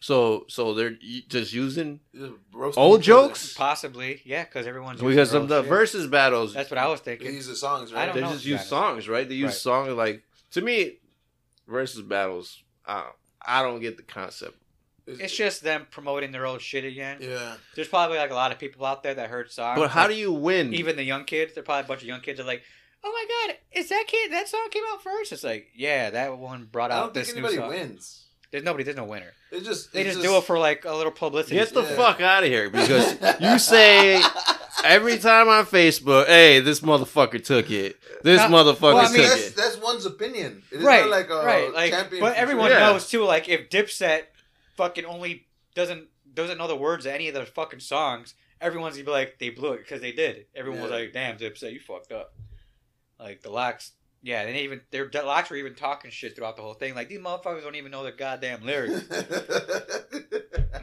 S3: so so they're y- just using
S2: Just roasting
S3: Old
S2: each other.
S3: jokes?
S1: possibly. Yeah, because everyone's using
S3: because
S1: their
S3: of
S1: own
S3: the
S1: shit.
S3: versus battles.
S1: That's what I was
S2: They
S1: thinking.
S2: use the songs,
S1: I
S2: right?
S1: don't
S3: they
S1: know,
S3: just
S1: to be
S3: use
S1: honest.
S3: songs, right? They use
S1: Right.
S3: songs like to me versus battles. I don't, I don't get the concept.
S1: It's just them promoting their old shit again.
S2: yeah.
S1: There's probably like a lot of people out there that heard songs.
S3: But how
S1: like,
S3: do you win?
S1: even the young kids, they're probably a bunch of young kids are like, "Oh my god, is that kid? That song came out first? It's like, yeah, that one brought
S2: I
S1: out
S2: don't
S1: this
S2: think
S1: new
S2: anybody
S1: song.
S2: wins.
S1: There's nobody. There's no winner.
S2: It just
S1: They
S2: it's
S1: just, do it for like a little publicity.
S3: get the
S2: Yeah.
S3: fuck out of here because you say every time on Facebook, "Hey, this motherfucker took it. This
S1: Now-
S3: motherfucker
S1: well, I mean-
S3: took
S2: that's,
S3: it."
S2: that's one's opinion. It's
S1: right,
S2: not like a
S1: right. Like,
S2: champion.
S1: but everyone
S3: Yeah.
S1: knows too. Like, if Dipset fucking only doesn't doesn't know the words to any of their fucking songs, everyone's gonna be like, they blew it because they did. Everyone was
S2: Yeah.
S1: like, damn, Dipset, you fucked up. Like the locks, yeah. They didn't even their the locks were even talking shit throughout the whole thing. Like these motherfuckers don't even know their goddamn lyrics.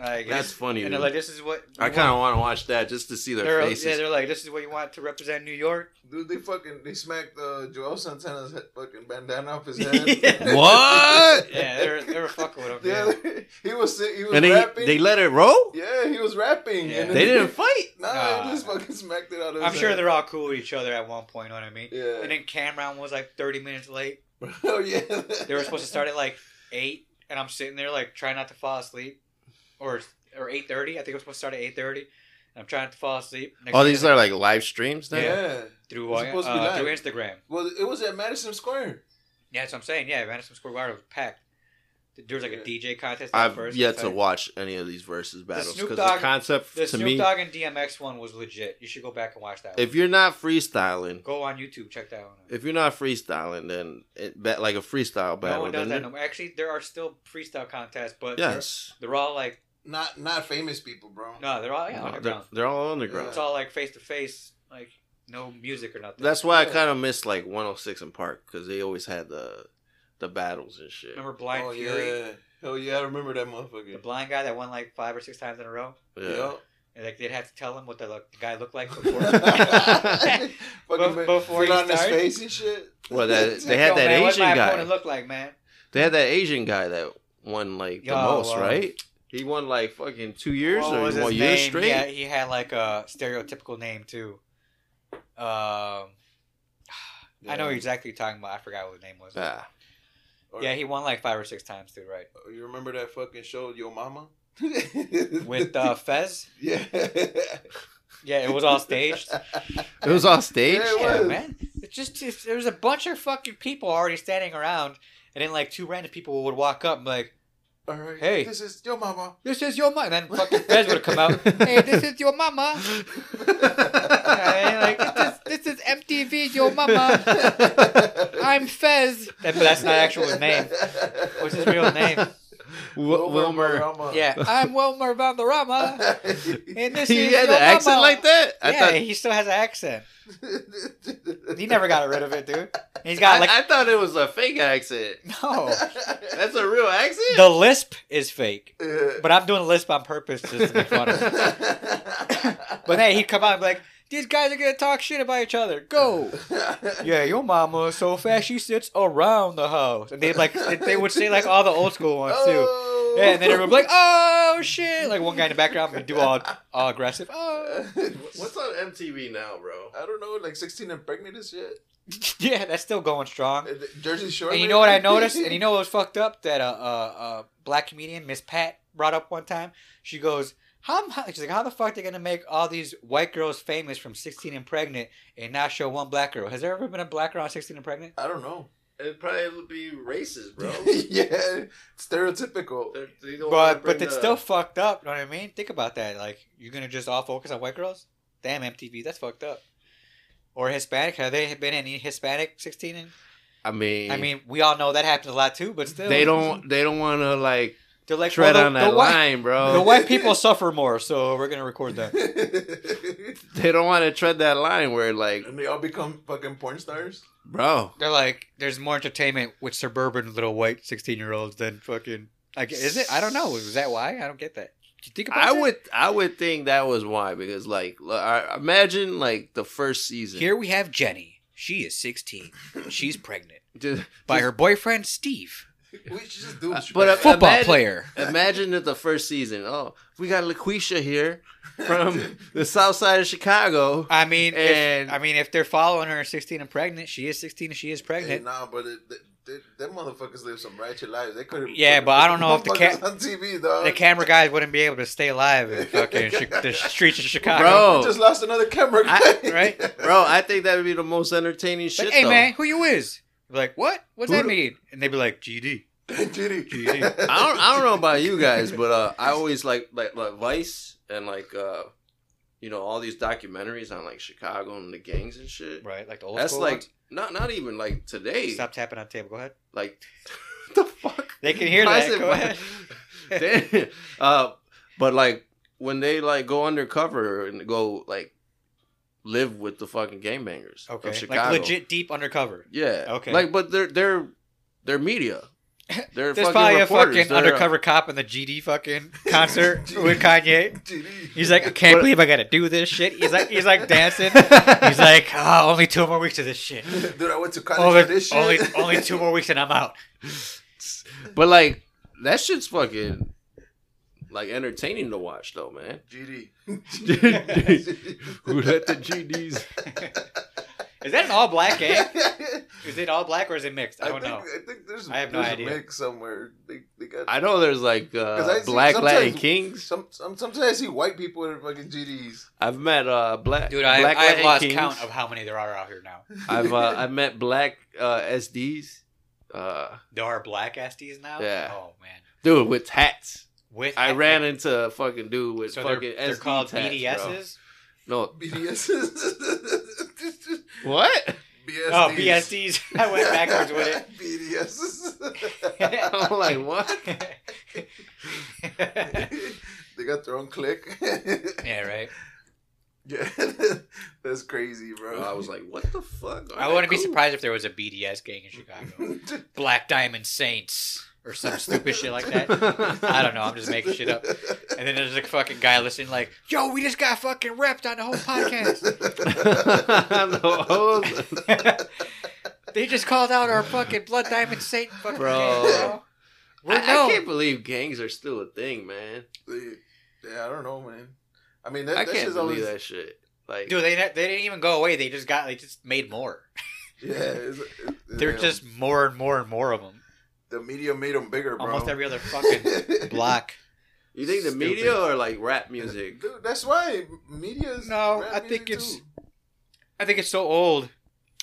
S1: Like
S3: That's funny.
S1: And they're
S3: dude.
S1: like, this is what
S3: I kind of want to watch that just to see their
S1: They're,
S3: faces.
S1: yeah, they're like, this is what you want to represent New York.
S2: Dude, they fucking they smacked uh, Joel Santana's he- fucking bandana off his
S1: Yeah.
S2: head.
S3: What?
S1: Yeah, they were they were fucking with them.
S2: Yeah,
S1: Yeah.
S2: he was si- he was
S3: and they,
S2: rapping.
S3: they let it roll.
S2: yeah, he was rapping.
S1: Yeah.
S2: And then
S3: They didn't fight.
S2: Nah,
S1: Nah.
S2: he just fucking smacked it out of.
S1: I'm
S2: his
S1: sure
S2: head.
S1: they're all cool with each other at one point. You know what I mean?
S2: Yeah.
S1: And then Cameron was like 30 minutes late.
S2: oh yeah.
S1: They were supposed to start at like eight, and I'm sitting there like trying not to fall asleep, or or 8:30. I think it was supposed to start at 8:30. And I'm trying to fall asleep. Next
S3: All
S1: thing
S3: these
S1: I-
S3: are like live streams now.
S2: Yeah.
S1: through,
S2: it's
S1: uh,
S2: supposed to be
S1: uh,
S2: live.
S1: through Instagram.
S2: Well, it was at Madison Square.
S1: Yeah, that's what I'm saying. Yeah, Madison Square Garden was packed. There was like a
S2: Yeah.
S1: DJ contest. at
S3: I've
S1: first.
S3: yet
S1: It's
S3: to
S1: like-
S3: watch any of these versus battles
S1: Snoop
S3: because the
S1: Dogg-
S3: concept
S1: The
S3: to me,
S1: Snoop Dogg and DMX one was legit. You should go back and watch that. one.
S3: if you're not freestyling,
S1: Go on YouTube, check that one out.
S3: if you're not freestyling, then it, ba- like a freestyle
S1: no
S3: battle.
S1: one does
S3: then
S1: that
S3: you're-
S1: no more. Actually, there are still freestyle contests, but they're-
S3: yes,
S1: they're, all like
S2: Not not famous people, bro.
S1: no, they're all yeah,
S3: No, they're,
S1: underground.
S3: they're all underground.
S1: It's all like face to face, like no music or nothing.
S3: That's why I
S2: Yeah.
S3: kind of miss like 106 and Park because they always had the the battles and shit.
S1: Remember Blind
S2: Oh
S1: Fury,
S2: yeah. Hell yeah, I remember that
S1: the
S2: motherfucker.
S1: blind guy that won like five or six times in a row,
S3: Yeah.
S1: and like they'd have to tell him what the, look, the guy looked like before.
S2: Fucking
S1: Bef- before
S2: fit
S1: he
S2: on his
S1: started?
S2: face and shit.
S3: Well, that- they
S1: Yo,
S3: had that
S1: man, what
S3: Asian
S1: my
S3: guy.
S1: opponent looked like man.
S3: They had that Asian guy that won like the
S1: Yo,
S3: most,
S1: uh,
S3: right? He won like fucking two years
S1: What
S3: or
S1: was his
S3: one year
S1: name?
S3: straight.
S1: Yeah, he had like a stereotypical name too. Um, I know exactly what you're talking about. I forgot what his name was.
S3: Ah.
S2: Or-
S1: Yeah, he won like five or six times too, right?
S2: or You remember that fucking show, Yo Mama?
S1: With uh, Fez.
S2: yeah,
S1: Yeah, it was all staged.
S3: It was all stage.
S2: Yeah, it
S1: yeah,
S2: was.
S1: man. It's just it's, there was a bunch of fucking people already standing around, and then like two random people would walk up and be like,
S2: All right.
S1: Hey.
S2: this is Yo Mama.
S1: "This is your mama," and then fucking Fez would have come out, "Hey, this is your mama." Yeah, like this is, this is MTV's your mama. I'm Fez. That- But that's not actual his name. What's his real name?
S3: Wil- Wilmer.
S2: Valderrama.
S1: Yeah, I'm Wilmer Valderrama, and this
S3: He
S1: is
S3: had
S1: your
S3: an accent
S1: mama.
S3: like that. I
S1: yeah,
S3: thought
S1: he still has an accent. He never got rid of it, dude. He's got like
S3: I, I thought it was a fake accent.
S1: no.
S3: That's a real accent.
S1: The lisp is fake,
S2: Yeah.
S1: but I'm doing lisp on purpose just to be funny. But hey, he'd come out and be like, "These guys are gonna talk shit about each other. Go." Yeah, your mama is so fast she sits around the house, and they like they would say like all the old school ones too.
S2: Oh.
S1: Yeah, and then everyone would be like, "Oh shit!" Like one guy in the background would do all, all aggressive. Oh,
S3: What's on MTV now, bro?
S2: I don't know, like 16 and pregnant and shit.
S1: yeah, that's still going strong.
S2: Uh, Jersey Shore.
S1: And you
S2: maybe?
S1: know what I noticed? And you know what was fucked up? That a uh, uh, uh, black comedian, Miss Pat, brought up one time. She goes, "How? am I-" She's like, how the fuck they gonna make all these white girls famous from 16 and pregnant and not show one black girl? Has there ever been a black girl on 16 and pregnant?"
S2: I don't know.
S3: It'd probably be racist, bro.
S2: yeah, stereotypical.
S3: They're- they don't wanna
S1: But
S3: bring
S1: but it's
S3: the-
S1: still fucked up. You know what I mean? Think about that. Like you're gonna just all focus on white girls? Damn MTV, that's fucked up. Or Hispanic? Have they been any Hispanic 16? And,
S3: I mean,
S1: I mean, we all know that happens a lot too. But still,
S3: they don't. They don't want to like
S1: They're like
S3: tread
S1: well, the-
S3: on that
S1: the white-
S3: line, bro.
S1: The white people suffer more, so we're gonna record that.
S2: and
S3: they don't want to tread that line where like,
S2: they all become fucking porn stars.
S3: bro,
S1: They're like, there's more entertainment with suburban little white 16 year olds than fucking. Like, is it? I don't know. Is that why? I don't get that. Do you think about
S3: I
S1: that?
S3: would I would think that was why because like l- I- imagine like the first season
S1: Here we have Jenny. She is 16. She's pregnant
S3: Just-
S1: by her boyfriend Steve,
S2: We should just do.
S3: Uh, but, uh,
S1: football
S3: Imagine-
S1: player.
S3: imagine that the first season oh we got LaQuisha here from the south side of Chicago
S1: I mean,
S3: And-
S1: if, I mean, if they're following her 16 and pregnant, she is 16 and she is
S2: Hey,
S1: pregnant.
S2: nah, but it, th- th- them motherfuckers live some ratchet lives. They couldn't.
S1: Yeah, but I don't know if the
S2: motherfuckers
S1: ca-
S2: on TV dog.
S3: uh,
S1: The camera guys wouldn't be able to stay alive in fucking chi- the streets of Chicago.
S3: Bro.
S2: We just lost another camera guy.
S3: I-
S1: Oh. right?
S3: bro I think that would be the most entertaining shit
S1: Like, hey
S3: though.
S1: man, who you is? Be like, what? What's
S3: Who
S1: that
S3: the-
S1: mean? And they'd be like, E GD.
S2: GD.
S1: GD.
S3: I don't I don't know about you guys but uh I always like like like Vice and like uh you know all these documentaries on like Chicago and the gangs and shit
S1: Right, like the old
S3: that's
S1: school
S3: like
S1: ones?
S3: not not even like today
S1: Stop tapping on the table. Go ahead.
S3: like the fuck
S1: They can hear
S3: Why
S1: that.
S3: is it
S1: Go
S3: wha-
S1: ahead.
S3: Damn. uh, but like when they like go undercover and go like live with the fucking game bangers
S1: Okay,
S3: of Chicago.
S1: like legit deep undercover.
S3: Yeah.
S1: Okay.
S3: Like, but they're they're they're media. They're
S1: There's
S3: fucking
S1: probably a
S3: reporters.
S1: fucking
S3: They're, uh,
S1: undercover cop in the GD fucking concert with Kanye.
S2: GD.
S1: He's like, I can't
S3: What-
S1: believe I gotta do this shit. He's like, he's like dancing. He's like, oh, only two more weeks of this shit.
S2: dude, I went to college
S1: Only,
S2: for this shit.
S1: only, only two more weeks and I'm out.
S3: but like that shit's fucking like entertaining to watch though, man.
S2: GD.
S3: Who let the GDs?
S1: Is that an all black gang? Is it all black or is it mixed? I don't
S2: think,
S1: know.
S2: I think there's,
S1: I have no
S2: there's
S1: idea.
S2: a mix somewhere. They, they got.
S3: I know there's like
S2: 'Cause I
S3: uh,
S2: see
S3: black Latin
S2: sometimes-
S3: kings.
S2: Some, some sometimes I see white people in fucking GDs.
S3: I've met uh black
S1: Dude, I,
S3: black
S1: I've
S3: Latin
S1: lost
S3: kings.
S1: count of how many there are out here now.
S3: I've uh, I've met black uh, SDs, uh,
S1: There are black SDs now.
S3: Yeah.
S1: Oh man.
S3: dude with tats.
S1: With
S3: I ran into a fucking dude with
S1: So they're,
S3: fucking
S1: they're
S3: SD
S1: called
S3: tats,
S1: BDSs.
S3: Bro.
S2: BDS.
S3: No, what?
S2: BSDs.
S1: Oh, BSDs. I went backwards with
S2: BDS.
S3: I'm like what?
S1: it.
S2: they got their own click.
S1: yeah, right.
S2: yeah, that's crazy, bro.
S1: Oh,
S3: I was like, what the fuck?
S1: I wouldn't be surprised if there was a BDS gang in Chicago. Black Diamond Saints or some stupid shit like that. I don't know. I'm just making shit up. And then there's a fucking guy listening, like, "Yo, we just got fucking repped on the whole podcast. they just called out our fucking Blood Diamond Saint, fucking
S3: Bro.
S1: gang, bro.
S3: I,
S1: We're
S3: I
S1: known.
S3: can't believe gangs are still a thing, man.
S2: yeah, I don't know, man. I mean, that,
S3: I
S2: that
S3: can't
S2: shit's
S3: believe
S2: always.
S3: that shit. Like,
S1: Dude, they they didn't even go away. They just got they just made more.
S2: Yeah, it's, it-
S1: They're
S2: yeah.
S1: just more and more and more of them.
S2: the media made them bigger, bro.
S1: Almost every other fucking block.
S3: you think the
S1: Stupid.
S3: media or like rap music?
S2: Dude, that's why media is.
S1: No,
S2: rap
S1: I
S2: music,
S1: think it's-
S2: too.
S1: I think it's so old.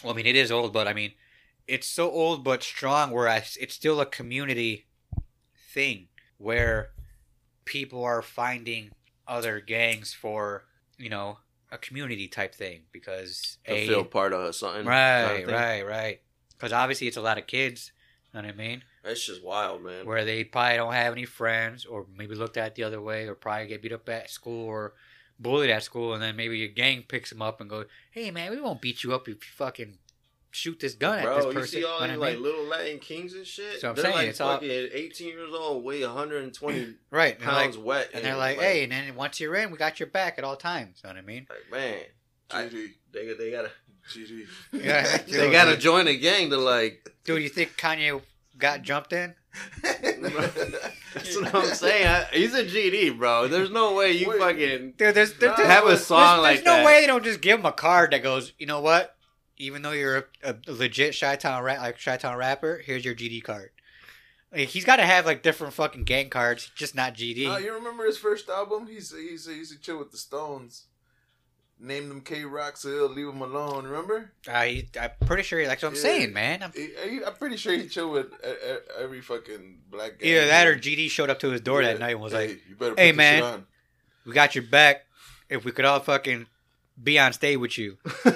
S1: Well, I mean, it is old, but I mean, it's so old but strong. Where I, it's still a community thing where people are finding other gangs for you know a community type thing because
S3: I
S1: a
S3: feel part of something. kind of
S1: right,
S3: thing.
S1: right, right. Because obviously it's a lot of kids. You know what I mean?
S3: That's just wild, man.
S1: where they probably don't have any friends or maybe looked at the other way or probably get beat up at school or bullied at school and then maybe a gang picks them up and goes, hey, man, we won't beat you up if you fucking shoot this gun at
S3: Bro,
S1: this
S3: you
S1: person.
S3: see all
S1: Know
S3: these
S1: what I
S3: like
S1: mean?
S3: little Latin kings and shit.
S1: So I'm
S3: they're
S1: saying,
S3: like
S1: it's all-
S3: fucking 18 years old, weigh 120
S1: right. And they're like,
S3: pounds wet,
S1: and they're like, hey, and then once you're in, we got your back at all times. Know what I mean?
S3: like, man, I-
S2: GD,
S3: they they gotta
S2: GD.
S1: Yeah,
S3: they gotta join a gang to like.
S1: Dude, you think Kanye got jumped in?
S3: That's what I'm saying. I, he's a GD, bro. There's no way you
S2: Wait.
S3: fucking
S1: Dude, there's, there's,
S3: Nah,
S1: there's-
S3: have a
S1: there's-
S3: song
S1: there's
S3: like
S1: no
S3: that.
S1: way they don't just give him a card that goes, you know what? Even though you're a, a legit Chi Town ra- like Chi Town rapper, here's your GD card. Like, he's got to have like different fucking gang cards, just not GD.
S2: Oh, you remember his first album? He's he's he's chill with the Stones. Name them K Rock, so he'll leave them alone. Remember?
S1: Uh, he, I'm pretty sure that's what I'm
S2: Yeah.
S1: saying, man. I'm,
S2: He- he- I'm pretty sure he chill with e- e- every fucking black guy.
S1: either that or GD showed up to his door
S2: Yeah.
S1: that night and was
S2: hey,
S1: like,
S2: you better
S1: "Hey,
S2: put
S1: man."
S2: This shit on.
S1: "We got your back. If we could all fucking be on stage with you, and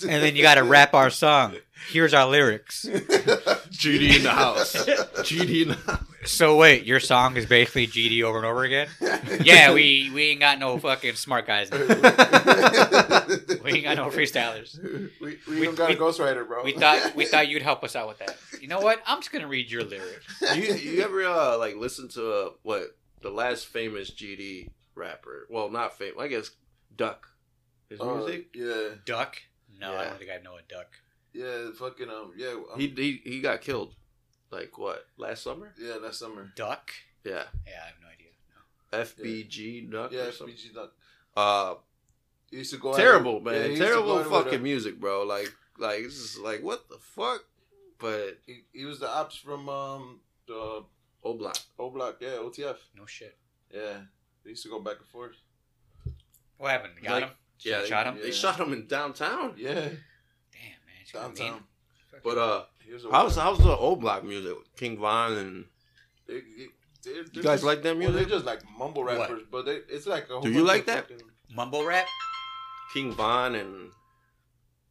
S1: then you got to rap our song. Here's our lyrics."
S3: GD in the house. GD in the house.
S1: So wait, your song is basically GD over and over again. Yeah, we we ain't got no fucking smart guys. Now. We ain't got no freestylers.
S2: We, we,
S1: We-
S2: don't got
S1: we-
S2: a ghostwriter, bro.
S1: We thought we thought you'd help us out with that. You know what? I'm just gonna read your lyrics.
S3: You you ever uh, like listen to uh, what the last famous GD rapper? Well, not famous. I guess Duck. His
S2: Uh,
S3: music.
S2: yeah,
S1: Duck? No, I
S3: Yeah.
S1: don't think I know a duck.
S2: yeah, fucking um, yeah, um,
S3: He, he he got killed. Like what? Last summer?
S2: yeah, last summer.
S1: Duck?
S3: Yeah.
S1: Yeah, I have no idea.
S3: FBG Duck.
S2: Yeah,
S3: or something.
S2: FBG Duck.
S3: Uh,
S2: He used to go at
S3: terrible
S2: him-
S3: man.
S2: yeah, he used to go
S3: terrible
S2: at him with uh,
S3: fucking
S2: a-
S3: music, bro. Like like this is like what the fuck? But
S2: He, he was the ops from um the
S3: oh block.
S2: O Block, yeah, OTF,
S1: No shit.
S2: yeah. They used to go back and forth.
S1: What happened? Got
S3: Like,
S1: him?
S3: Yeah,
S1: shot him.
S3: They, they
S2: Yeah.
S3: shot him in downtown.
S2: Yeah,
S1: Damn man, it's gonna
S2: downtown.
S1: mean-
S3: But uh,
S2: He was a
S3: how's how's the old block music? King Von and
S2: They- they- they're- they're
S3: you guys
S2: just-
S3: like that
S2: Well, they're
S3: music?
S2: just like mumble
S1: What?
S2: rappers, but they, it's like a whole
S3: Do you
S2: bunch
S3: like
S2: of
S3: that?
S2: fucking-
S1: mumble rap?
S3: King Von and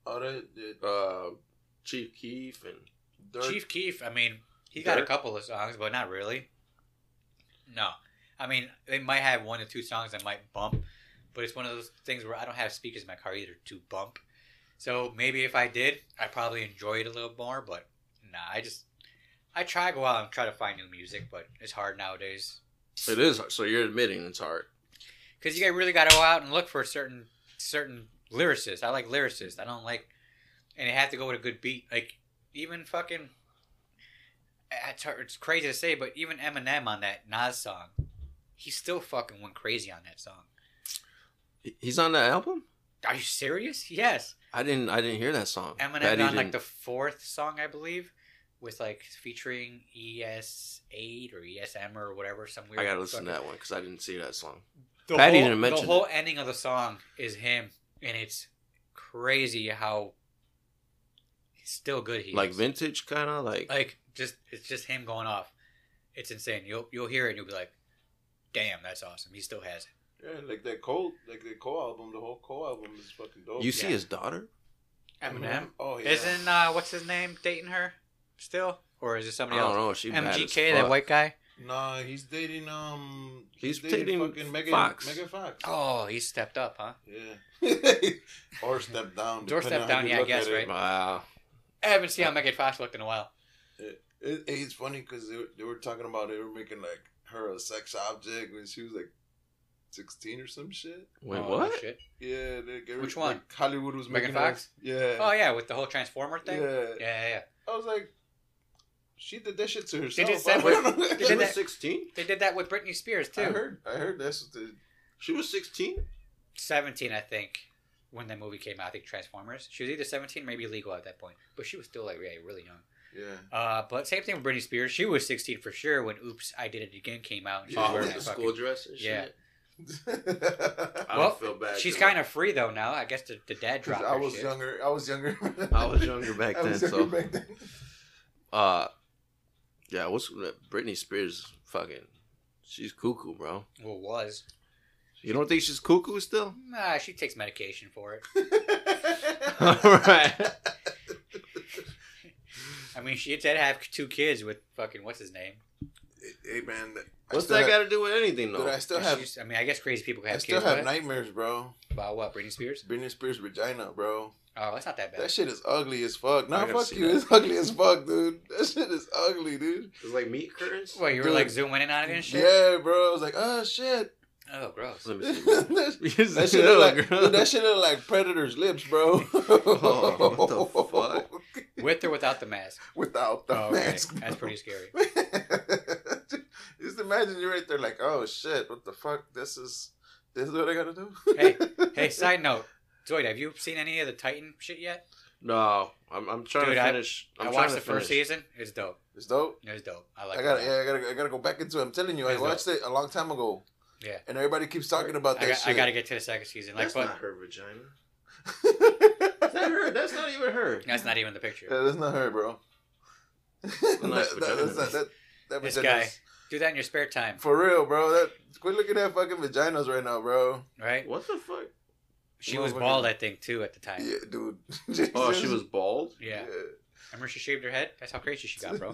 S2: Oh, they, they,
S3: uh, Chief Keef and
S2: they're-
S1: Chief Keef, I mean, he got a
S3: Dirk?
S1: couple of songs, but not really. No. I mean, they might have one or two songs that might bump, but it's one of those things where I don't have speakers in my car either to bump. So maybe if I did, I probably enjoy it a little more, but nah, I just I try to go out and try to find new music, but it's hard nowadays.
S3: it is so you're admitting it's hard.
S1: Cuz you really got to go out and look for certain certain lyricists. I like lyricists. I don't like and it has to go with a good beat. Like even fucking it's, hard, it's crazy to say, but even Eminem on that Nas song, he still fucking went crazy on that song.
S3: He's on that album.
S1: Are you serious? Yes,
S3: I didn't I didn't hear that song.
S1: Eminem
S3: That he
S1: on like
S3: didn't-
S1: the fourth song, I believe, with like featuring ES eight or ESM or whatever. Some weird.
S3: I gotta listen to
S1: fucking-
S3: that one because I didn't see that song.
S1: The
S3: Patty
S1: whole,
S3: didn't mention
S1: the whole ending of the song is him, and it's crazy how he's still good. He
S3: Like
S1: is.
S3: vintage, kind of like.
S1: like just it's just him going off. It's insane. You'll you'll hear it and you'll be like, "Damn, that's awesome." He still has it.
S2: yeah, like that Cole, like that Cole album. The whole Cole album is fucking dope.
S3: you see
S1: oh, yeah.
S3: his daughter?
S1: Eminem
S2: Oh yeah.
S1: isn't uh, what's his name dating her still, or is it
S3: I
S1: somebody
S3: don't
S1: else?
S3: know. She bad as
S1: MGK, that
S3: fuck.
S1: white guy.
S2: Nah, he's dating um.
S3: He's dating
S2: Megan
S3: Fox.
S2: Megan Fox.
S1: Oh, he stepped up, huh?
S2: Yeah. or step down.
S1: Or
S2: depending
S1: Step
S2: on
S1: Down,
S2: how you
S1: yeah, I
S2: look
S1: guess,
S2: at it.
S1: right?
S3: Wow.
S1: I haven't seen how Megan Fox looked in a while.
S2: It, it's funny because they, were- they were talking about they were making like her a sex object when she was like sixteen or some shit.
S3: Wait,
S1: Oh,
S3: what?
S1: shit.
S2: Yeah, they, they,
S1: Which
S2: like,
S1: one?
S2: Hollywood was
S1: Megan
S2: making her-
S1: Fox?
S2: Yeah.
S1: Oh yeah, with the whole Transformer thing. Yeah,
S2: yeah.
S1: yeah, yeah.
S2: I was like, she did that shit to herself.
S1: just said-
S2: I don't know.
S1: they
S3: She
S1: did
S3: was
S1: that-
S3: sixteen.
S1: They did that with Britney Spears too.
S2: I heard. I heard that's what the
S3: She was sixteen.
S1: Seventeen, I think, when that movie came out. I think Transformers. She was either seventeen, maybe legal at that point, but she was still like yeah, really young.
S2: yeah.
S1: Uh, but same thing with Britney Spears. She was 16 for sure when "Oops, I Did It Again" came out. And she
S2: Yeah.
S1: was
S3: Oh,
S1: wearing
S3: with
S2: Yeah.
S3: the
S1: that
S3: school
S1: fucking,
S3: dress and shit.
S1: Yeah.
S3: I
S1: Well,
S3: don't feel bad.
S1: she's kind of free though now. I guess the, the dad dropped her
S2: I was
S1: shit.
S2: younger. I was younger.
S3: I was younger back
S2: I
S3: then,
S2: was
S3: so
S2: younger back then.
S3: uh, yeah. What's uh, Britney Spears? Fucking, she's cuckoo, bro.
S1: Well, was
S3: You don't think she's cuckoo still?
S1: nah, she takes medication for it.
S3: All right.
S1: I mean, she did have two kids with fucking what's his name.
S2: Hey man, I
S3: What's
S2: still
S3: that got
S2: have-
S3: to do with anything, though?
S2: Dude, I still
S1: And
S2: have.
S1: she's- I mean, I guess crazy people can
S2: I
S1: have
S2: still
S1: kids.
S2: have
S1: but-
S2: nightmares, bro.
S1: About what? Britney Spears?
S2: Britney Spears' vagina, bro.
S1: Oh, that's not that bad.
S2: That shit is ugly as fuck.
S3: I
S2: Nah,
S3: gotta
S2: fuck
S3: see
S2: you.
S3: that.
S2: It's ugly as fuck, dude. That shit is ugly, dude.
S3: It's like meat curtains.
S1: Well, you were
S2: Dude.
S1: like zooming in on it and shit.
S2: Yeah, bro. I was like, oh shit.
S1: Oh, gross.
S3: Let me see.
S2: that
S3: that
S2: shit look like dude, that shit look like Predator's lips, bro.
S3: Oh, what
S1: With or without the mask?
S2: Without the
S1: Oh, okay.
S2: mask.
S1: That's
S2: bro.
S1: pretty scary.
S2: Just imagine you're right there, like, oh shit, what the fuck? This is this is what I gotta do.
S1: Hey, Hey, side note. Zoid, have you seen any of the Titan shit yet?
S3: No, I'm, I'm trying
S1: Dude,
S3: to
S1: I-
S3: finish. I'm
S1: i
S3: trying
S1: watched
S3: to
S1: the first
S3: finish.
S1: season. It's dope.
S2: it's dope.
S1: It was dope. I like
S2: I gotta,
S1: it.
S2: yeah, I gotta, I gotta go back into it. I'm telling you, I
S1: That's dope.
S2: watched it a long time ago.
S1: Yeah.
S2: And everybody keeps talking about that
S1: I, got, I
S2: shit.
S1: gotta get to the second season. Like,
S3: That's
S1: but
S3: not her vagina. Is that her? That's not even her.
S1: that's not even the picture.
S2: Yeah, that's not her, bro.
S3: nice
S2: That- that-
S3: vagina.
S2: that's not- that- that
S1: This
S2: vagina
S1: guy.
S2: is-
S1: Do that in your spare time,
S2: For real, bro. That quit looking at fucking vaginas right now, bro.
S1: right?
S3: What the fuck?
S1: She
S2: Well,
S1: was
S2: fucking-
S1: bald, I think, too, at the time.
S2: Yeah, dude.
S3: Oh, she was bald,
S1: Yeah. Remember she shaved her head? That's how crazy she got, bro.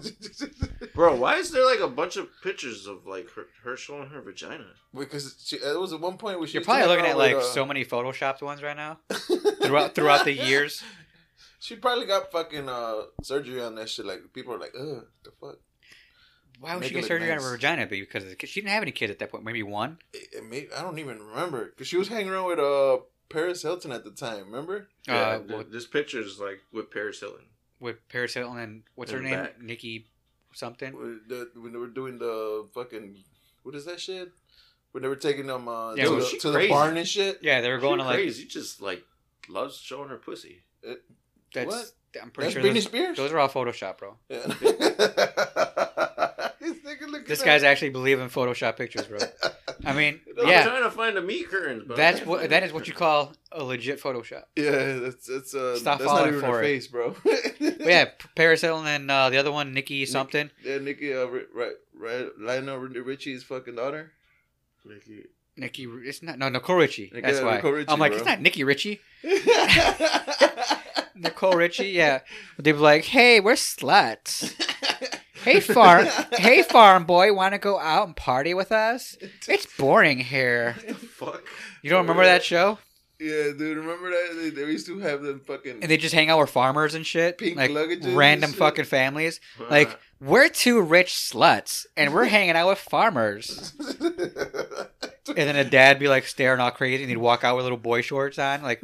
S3: bro. Why is there like a bunch of pictures of like her, her showing her vagina?
S2: because she, it was at one point where she.
S1: You're
S2: used to
S1: probably
S2: hang
S1: looking at
S2: out
S1: like
S2: with, uh,
S1: so many photoshopped ones right now throughout throughout the years.
S2: She probably got fucking uh, surgery on that shit. Like people are like, ugh, the fuck.
S1: Why would
S2: Make it
S1: she get
S2: look
S1: surgery on
S2: nice.
S1: her vagina? Because of the kid- she didn't have any kids at that point. Maybe one.
S2: It, it made, I don't even remember because she was hanging around with uh Paris Hilton at the time. Remember?
S3: Yeah,
S1: uh,
S3: th-
S1: with,
S3: this picture is like with Paris Hilton.
S1: with Paris Hilton and what's her
S3: In the
S1: name?
S3: back.
S1: Nikki something.
S2: With the- When they were doing the fucking what is that shit? When they were taking them uh,
S1: Yeah,
S2: to,
S1: well,
S2: the,
S3: she
S2: to the
S3: crazy.
S2: barn and shit.
S1: Yeah, they were going to
S3: She
S1: like
S3: crazy. She just like loves showing her pussy.
S1: that's.
S2: What?
S1: I'm pretty
S2: That's
S1: sure
S2: Britney
S1: those,
S2: Spears.
S1: those are all Photoshop, bro.
S2: Yeah. This nigga looks
S1: This
S2: like-
S1: guy's actually believing Photoshop pictures, bro. I mean,
S3: I'm
S1: yeah,
S3: trying to find the meat curtains, but I
S1: that's
S3: can't
S1: what
S3: find
S1: that
S3: the
S1: is what you
S3: curtains.
S1: call a legit Photoshop.
S2: Yeah, that's that's uh,
S1: Stop
S2: that's not
S1: falling
S2: even
S1: for
S2: her
S1: it.
S2: face, bro.
S1: But yeah, P- Paris Hilton and uh, the other one, Nikki something.
S2: yeah, Nikki, uh, right, right, Lionel Richie's fucking daughter.
S3: Nikki.
S1: Nikki, it's not no Nicole Richie.
S2: Nicole-
S1: That's why
S2: Nicole Richie,
S1: I'm like
S2: bro.
S1: it's not Nikki Richie.
S2: hey,
S1: Nicole Richie, yeah. They'd be like, "Hey, we're sluts. Hey, farm, hey, farm boy, want to go out and party with us? It's boring here.
S3: What the fuck?
S1: You don't remember that show?
S2: Yeah, dude, remember that they, they used to have them fucking.
S1: And they just hang out with farmers and shit,
S2: Pink
S1: like
S2: luggages and
S1: random
S2: shit. Uh-huh.
S1: fucking families. Like we're two rich sluts, and we're hanging out with farmers. And then a dad be like staring all crazy, and he'd walk out with little boy shorts on, like,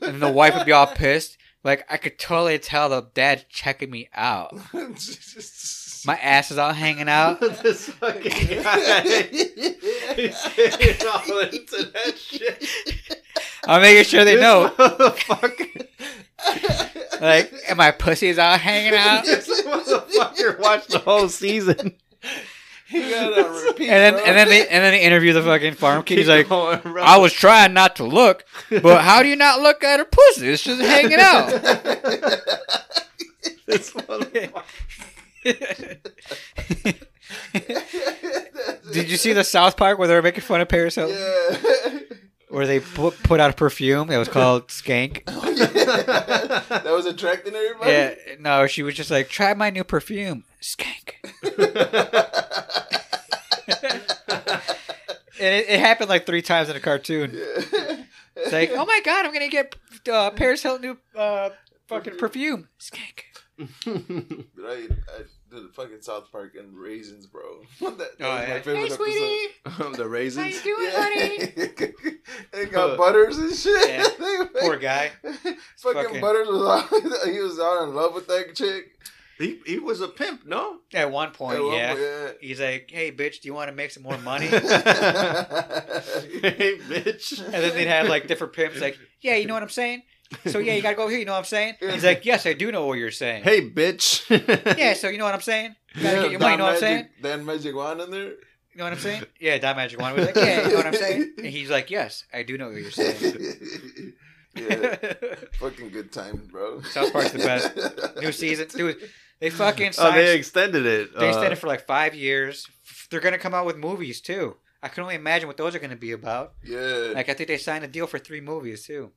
S1: and the wife would be all pissed. Like I could totally tell the dad's checking me out. My ass is all hanging out.
S3: this fucking guy. He's
S2: My.
S3: getting all into that shit.
S1: I'm making sure they
S3: This
S1: know.
S3: motherfucker-
S1: Like, and my pussy is all hanging out.
S3: This motherfucker watched the whole season.
S2: he got on repeat,
S1: And then,
S2: bro.
S1: and then they, and then they interview the fucking farm kid. He's like,
S3: Going,
S1: I was trying not to look, but how do you not look at her pussy? It's just hanging out.
S3: this motherfucker.
S1: Did you see the South Park where they were making fun of Paris Hilton?
S2: Yeah.
S1: Where they put, put out a perfume that was called Skank.
S2: that was attracting everybody.
S1: Yeah, no, she was just like, try my new perfume, Skank. And it, it happened like three times in a cartoon. It's like, oh my god, I'm gonna get uh, Paris Hilton new uh, fucking perfume, Skank.
S2: Right, I did fucking South Park and raisins, bro. that, that
S1: Oh,
S2: was
S1: yeah.
S2: my favorite
S1: Hey,
S2: episode. Um,
S1: sweetie, how
S3: the
S1: you
S3: raisins.
S1: doing, honey?
S2: honey? they got butters and shit.
S1: Yeah.
S2: They-
S1: Poor guy.
S2: fucking,
S1: Fucking-
S2: butters was all, he was all in love with that chick.
S3: He, he was a pimp, no?
S1: At one point,
S2: At one
S1: Oh, yeah.
S2: point,
S1: He's like, hey, bitch, do you want to make some more money? and
S2: yeah.
S3: hey, bitch.
S1: then they'd have like different pimps, like, yeah, you know what I'm saying? So, yeah, you got to go here, you know what I'm saying? He's like, yes, I do know what you're saying.
S3: Hey, bitch.
S1: Yeah, so you know what I'm saying? You got to get your money, you know what I'm saying?
S2: Dan Magic Wand in there.
S1: You know what I'm saying? Yeah, Don Magic Wand was like, yeah, you know what I'm saying? And he's like, yes, I do know what you're saying.
S2: yeah, fucking good times, bro.
S1: South Park's the best. New season, dude. They fucking
S3: oh,
S1: signed
S3: they extended it.
S1: They
S3: Uh,
S1: stayed it for like five years. F- They're gonna come out with movies too. I can only imagine what those are gonna be about.
S2: Yeah,
S1: Like I think they signed a deal for three movies too.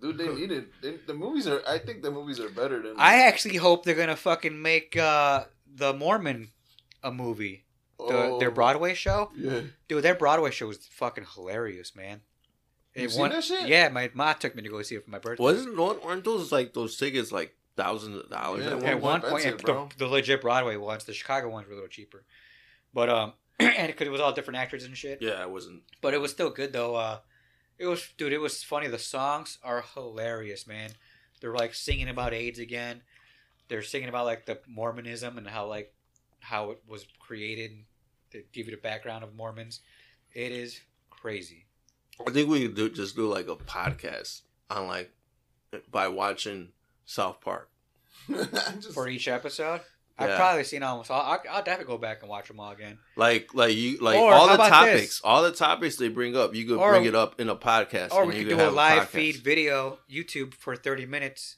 S2: Dude, they needed they, the movies are. I think the movies are better than.
S1: I actually hope they're gonna fucking make uh, the Mormon a movie. The,
S2: Oh,
S1: Their Broadway show,
S2: Yeah,
S1: dude. Their Broadway show was fucking hilarious, man. It
S2: You've seen that shit?
S1: Yeah, my ma took me to go see it for my birthday.
S3: Wasn't one- weren't those like those tickets like thousands of dollars?
S2: Yeah,
S3: at
S1: at one
S3: one point?
S1: point
S2: expensive,
S1: the,
S2: bro.
S1: the legit Broadway ones, the Chicago ones were a little cheaper, but um, and because it was all different actors and shit.
S3: Yeah, it wasn't.
S1: But it was still good though. Uh, it was, dude. It was funny. The songs are hilarious, man. They're like singing about AIDS again. They're singing about like the Mormonism and how like how it was created. To give you the background of Mormons, it is crazy.
S3: I think we could do just do like a podcast on like by watching South Park.
S2: Just-
S1: For each episode, I've
S3: Yeah.
S1: probably seen almost all. I'll, I'll definitely go back and watch them all again.
S3: Like like you like
S1: Or
S3: all
S1: how
S3: the
S1: about
S3: topics,
S1: this?
S3: all the topics they bring up, you could
S1: Or-
S3: bring it up in a podcast.
S1: Or
S3: and
S1: we
S3: you
S1: could do a
S3: have
S1: live
S3: podcast.
S1: feed video YouTube for thirty minutes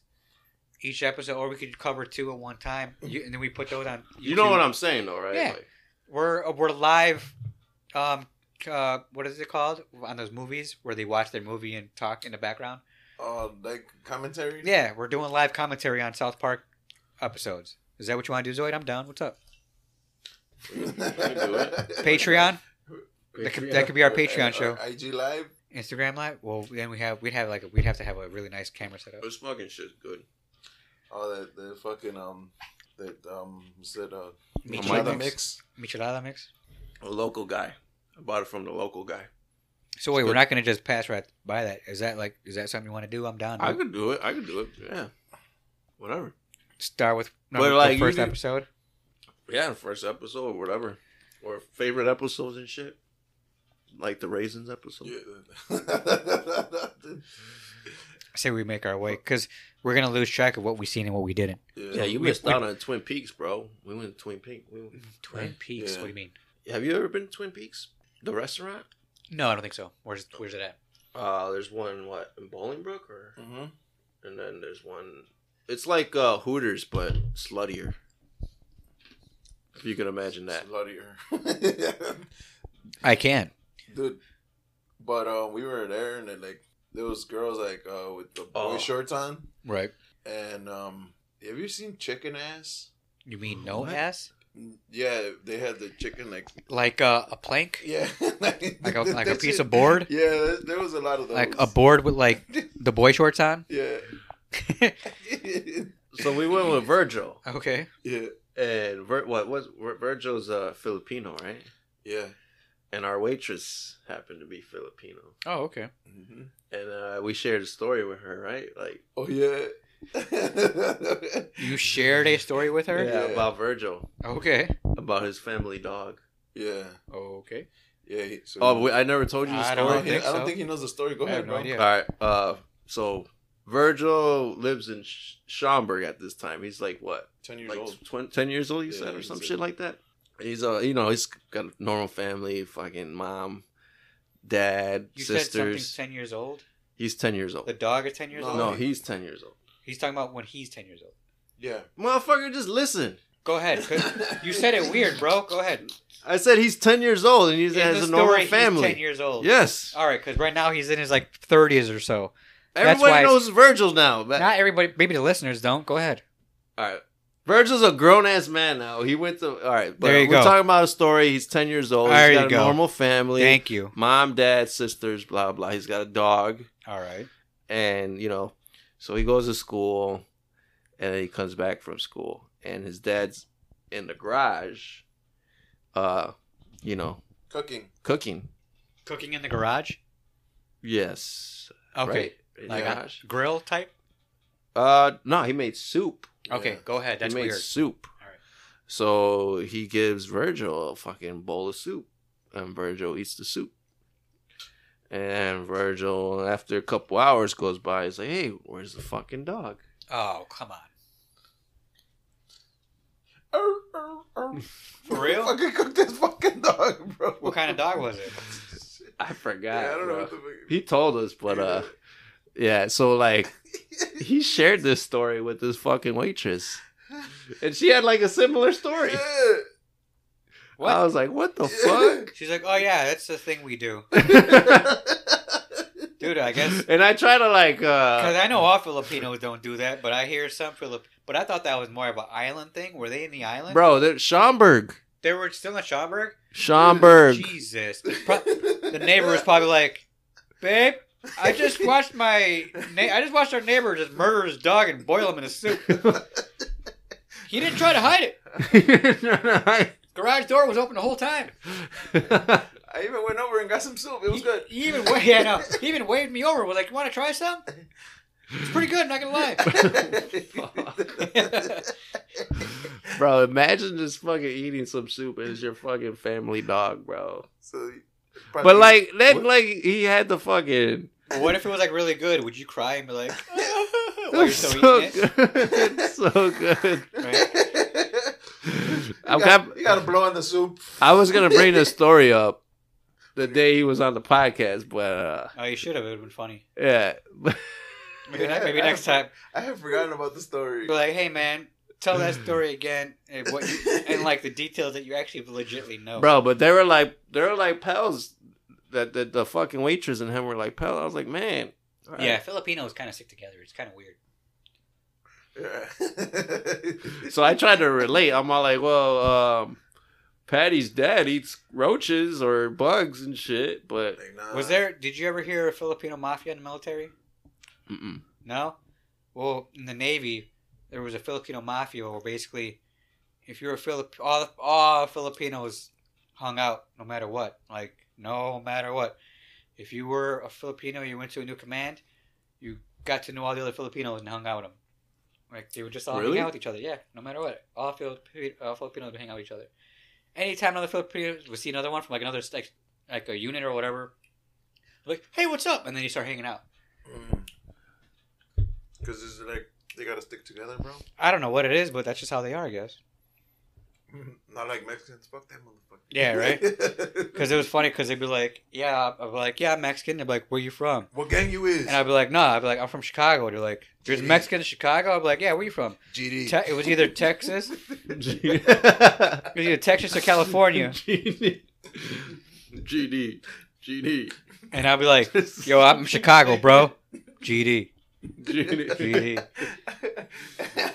S1: each episode, or we could cover two at one time, you, and then we put those on. YouTube.
S3: You know what I'm saying though, right?
S1: Yeah.
S3: Like,
S1: We're uh, we're live. Um, uh, what is it called on those movies where they watch their movie and talk in the background?
S2: Oh, like commentary.
S1: Yeah, we're doing live commentary on South Park episodes. Is that what you want to do, Zoid? I'm down. What's up? Patreon. That could, that could be our Patreon show.
S2: Or IG Live.
S1: Instagram live. Well, then we have we'd have like we'd have to have a really nice camera set up.
S3: this fucking shit's good.
S2: Oh, that the fucking um, that um, is that uh,
S1: Meet
S3: Mike
S2: Michelada
S3: mix.
S2: mix.
S1: Michelada mix.
S3: A local guy. I bought it from the local guy.
S1: So wait,
S3: It's
S1: we're
S3: good.
S1: not going to just pass right by that. Is that like is that something you want to do? I'm down.
S3: I
S1: to
S3: could do it. I could do it. Yeah. Whatever.
S1: Start with
S3: But,
S1: number,
S3: like,
S1: the
S3: you
S1: first
S3: do-
S1: episode.
S3: Yeah, first episode or whatever. Or favorite episodes and shit. Like the raisins episode.
S2: Yeah.
S1: I say we make our way because we're going to lose track of what we seen and what we didn't.
S3: Yeah, you
S1: We-
S3: missed
S1: we-
S3: out on Twin Peaks, bro. We went to Twin Peaks. We went-
S1: Twin Peaks.
S2: Yeah.
S1: What do you mean?
S3: Have you ever been to Twin Peaks? The restaurant?
S1: No, I don't think so. Where's where's it at?
S3: Uh, there's one what in Bolingbrook, or
S2: hmm
S3: and then there's one. It's like uh, Hooters but sluttier. If you can imagine that.
S2: Sluttier.
S1: I can.
S2: Dude, but uh, we were there and then, like there was girls like uh, with the boy
S3: Oh.
S2: shorts on
S1: Right.
S2: and um, have you seen chicken ass?
S1: You mean no
S3: What?
S1: ass?
S2: Yeah, they had the chicken like
S1: Like uh, a plank?
S2: yeah, like,
S1: Like a like a
S2: that
S1: piece
S2: shit-
S1: of board?
S2: Yeah, there, there was a lot of those.
S1: Like a board with like the boy shorts on?
S2: Yeah,
S3: So we went with Virgil,
S1: okay.
S2: yeah,
S3: and Vir- what was Vir- Virgil's uh, Filipino, right?
S2: yeah.
S3: And our waitress happened to be Filipino,
S1: Oh, okay.
S2: hmm
S3: and uh, we shared a story with her, right? Like
S2: Oh yeah.
S1: You shared a story with her?
S3: yeah,
S2: Yeah.
S3: about Virgil,
S1: Okay.
S3: about his family dog.
S2: yeah,
S1: Okay.
S2: yeah. he- so-
S3: Oh, wait, I never told you the
S1: I
S3: story.
S2: I don't,
S1: I think so.
S2: think he knows the story. Go
S1: I
S2: ahead,
S1: have no
S2: bro.
S1: idea.
S3: All right. Uh, so Virgil lives in Sch- Schaumburg at this time. He's like what,
S2: Ten years
S3: like
S2: old.
S3: twen- ten years old? You
S2: Yeah,
S3: said, or
S2: he's
S3: some
S2: a-
S3: shit like that. He's uh, you know, he's got a normal family, fucking mom, dad,
S1: You said
S3: sisters.
S1: something's 10 years old?
S3: he's ten years old.
S1: The dog is 10 years
S2: No.
S1: old?
S3: No, he's ten years old.
S1: He's talking about when he's 10 years old.
S2: Yeah.
S3: Motherfucker, just listen.
S1: Go ahead. You said it weird, bro. Go ahead.
S3: I said he's ten years old and he
S1: In
S3: has
S1: the
S3: a normal
S1: story, he's
S3: family.
S1: Ten years old.
S3: yes,
S1: All right, because right now he's in his like thirties or so. That's
S3: everybody
S1: why-
S3: knows Virgil now. But
S1: Not everybody. Maybe the listeners don't. Go ahead.
S3: All right. Virgil's a grown ass man now. He went to all right. But
S1: There you
S3: we're
S1: go.
S3: talking about a story. He's ten years old.
S1: There
S3: He's
S1: you
S3: got a
S1: go.
S3: normal family.
S1: Thank you.
S3: Mom, dad, sisters, blah blah. He's got a dog,
S1: All right.
S3: and you know, so he goes to school, and then he comes back from school, and his dad's in the garage, uh, you know,
S2: Cooking.
S3: cooking.
S1: Cooking in the garage.
S3: Yes.
S1: Okay.
S3: Right? In the
S1: Like uh, a
S3: garage.
S1: grill type.
S3: Uh, no, he made soup.
S1: Okay,
S2: Yeah.
S1: go ahead. That's
S3: he made
S1: weird.
S3: soup.
S1: Alright.
S3: So he gives Virgil a fucking bowl of soup, and Virgil eats the soup. And Virgil, after a couple hours goes by, he's like, "Hey, where's the fucking dog?"
S1: Oh come on.
S2: Arr, arr, arr.
S1: For real?
S2: fucking cook this fucking dog, bro.
S1: What kind of dog was it?
S3: Uh, I forgot.
S2: Yeah, I don't know.
S3: bro.
S2: What the fuck.
S3: He told us, but uh, yeah. So like, he shared this story with this fucking waitress, and she had like a similar story.
S2: Yeah.
S1: What?
S3: I was like, "What the fuck?"
S1: She's like, oh yeah, that's the thing we do,
S2: Yeah.
S1: dude. dude. I guess
S3: and I try to like
S1: because
S3: uh
S1: I know all Filipinos don't do that, but I hear some Filip. But I thought that was more of an island thing. Were they in the island?
S3: bro, they're Schomburg.
S1: they were still in Schaumburg.
S3: Schomburg.
S1: Jesus, Pro- the neighbor was probably like, "Babe, I just watched my, na- I just watched our neighbor just murder his dog and boil him in a soup. He didn't try to hide it. Garage door was open the whole time.
S2: I even went over and got some soup. It was
S1: He-
S2: good.
S1: He, even wa- yeah, no, he even waved me over. Was like, "You want to try some? It's pretty good. Not gonna lie."
S3: bro, imagine just fucking eating some soup as your fucking family dog, bro.
S2: so,
S3: But like that
S2: What?
S3: like he had the fucking
S1: But what if it was like really good? Would you cry and be like, while you're
S3: It's
S1: still
S3: so
S1: eating it?
S3: good. It's so good.
S2: you,
S3: I'm
S2: got,
S3: cap-
S2: you got to blow on the soup.
S3: I was gonna bring this story up the day he was on the podcast, but uh
S1: Oh, you should have. It would have been funny.
S3: yeah.
S1: Maybe,
S2: Yeah,
S1: ne- maybe
S2: I-
S1: next time.
S2: I have forgotten about the story.
S1: Be like, hey man, tell that
S3: Mm.
S1: story again, and, what you, and like the details that you actually legitly know.
S3: Bro, but they were like they were like pals that the, the fucking waitress and him were like pals. I was like, man. all right.
S1: yeah, Filipinos kind of stick together. It's kind of weird.
S3: So I tried to relate. I'm all like, well, um, Patty's dad eats roaches or bugs and shit, but
S2: Like, nah.
S1: Was there? Did you ever hear a Filipino mafia in the military?
S3: mm-mm.
S1: No. Well, in the Navy, there was a Filipino mafia where basically, if you're a Filip, all all Filipinos hung out no matter what. Like no matter what, if you were a Filipino, you went to a new command, you got to know all the other Filipinos and hung out with them. Like they would just all
S3: Really?
S1: hang out with each other. Yeah, no matter what, all, Filipi- all Filipinos would hang out with each other. Anytime another Filipino would see another one from like another like, like a unit or whatever, like hey, what's up? And then you start hanging out.
S2: Because Mm. it's like they gotta stick together, bro.
S1: I don't know what it is, but that's just how they are, I guess.
S2: Mm-hmm. Not like Mexicans. Fuck that motherfucker.
S1: Yeah, right? Because it was funny because they'd be like, "Yeah," I'd be like, "Yeah, I'm Mexican." They'd be like, "Where you from?"
S2: what gang you is?
S1: And I'd be like, "No," I'd be like, "I'm from Chicago." They're like, "There's
S2: Mhm.
S1: Mexicans in Chicago." I'd be like, "Yeah, where you from?"
S2: GD.
S1: Te- it was either Texas, it
S3: GD.
S1: was either Texas or California,
S3: GD. GD.
S1: and I'd be like, "Yo, I'm from Chicago, bro." GD,
S3: GD.
S1: GD.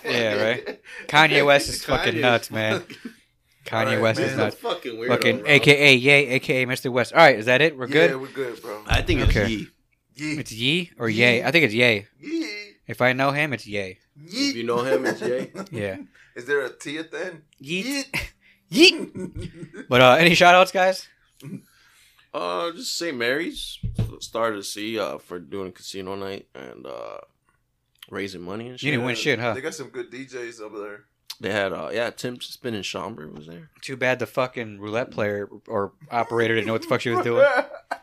S1: Yeah, right? Kanye West is fucking nuts, man. Kanye
S2: Alright,
S1: West
S2: man.
S1: is nuts.
S3: fucking weirdo,
S1: Fucking
S3: bro.
S1: AKA Yay, AKA Mr. West. All right, is that it? We're
S2: Yeah,
S1: good.
S2: we're good, bro.
S3: I think it's
S1: Okay.
S3: Yee.
S2: Yeah.
S1: It's Yee or Yay. I think it's Yay.
S2: Yeah.
S1: If I know him, it's Yay.
S2: Yeah.
S3: If you know him, it's Jay.
S1: Yeah.
S2: Is there a T at the end?
S1: Yeet. Yeet. But uh, any shout outs, guys?
S3: Uh, just St. Mary's Star to see uh for doing casino night and uh raising money and
S1: You
S3: shit.
S1: didn't win shit, huh?
S2: They got some good DJs over there.
S3: They had uh yeah Tim Spin and Schomburg was there.
S1: Too bad the fucking roulette player or operator didn't know Oh, what the fuck she was doing.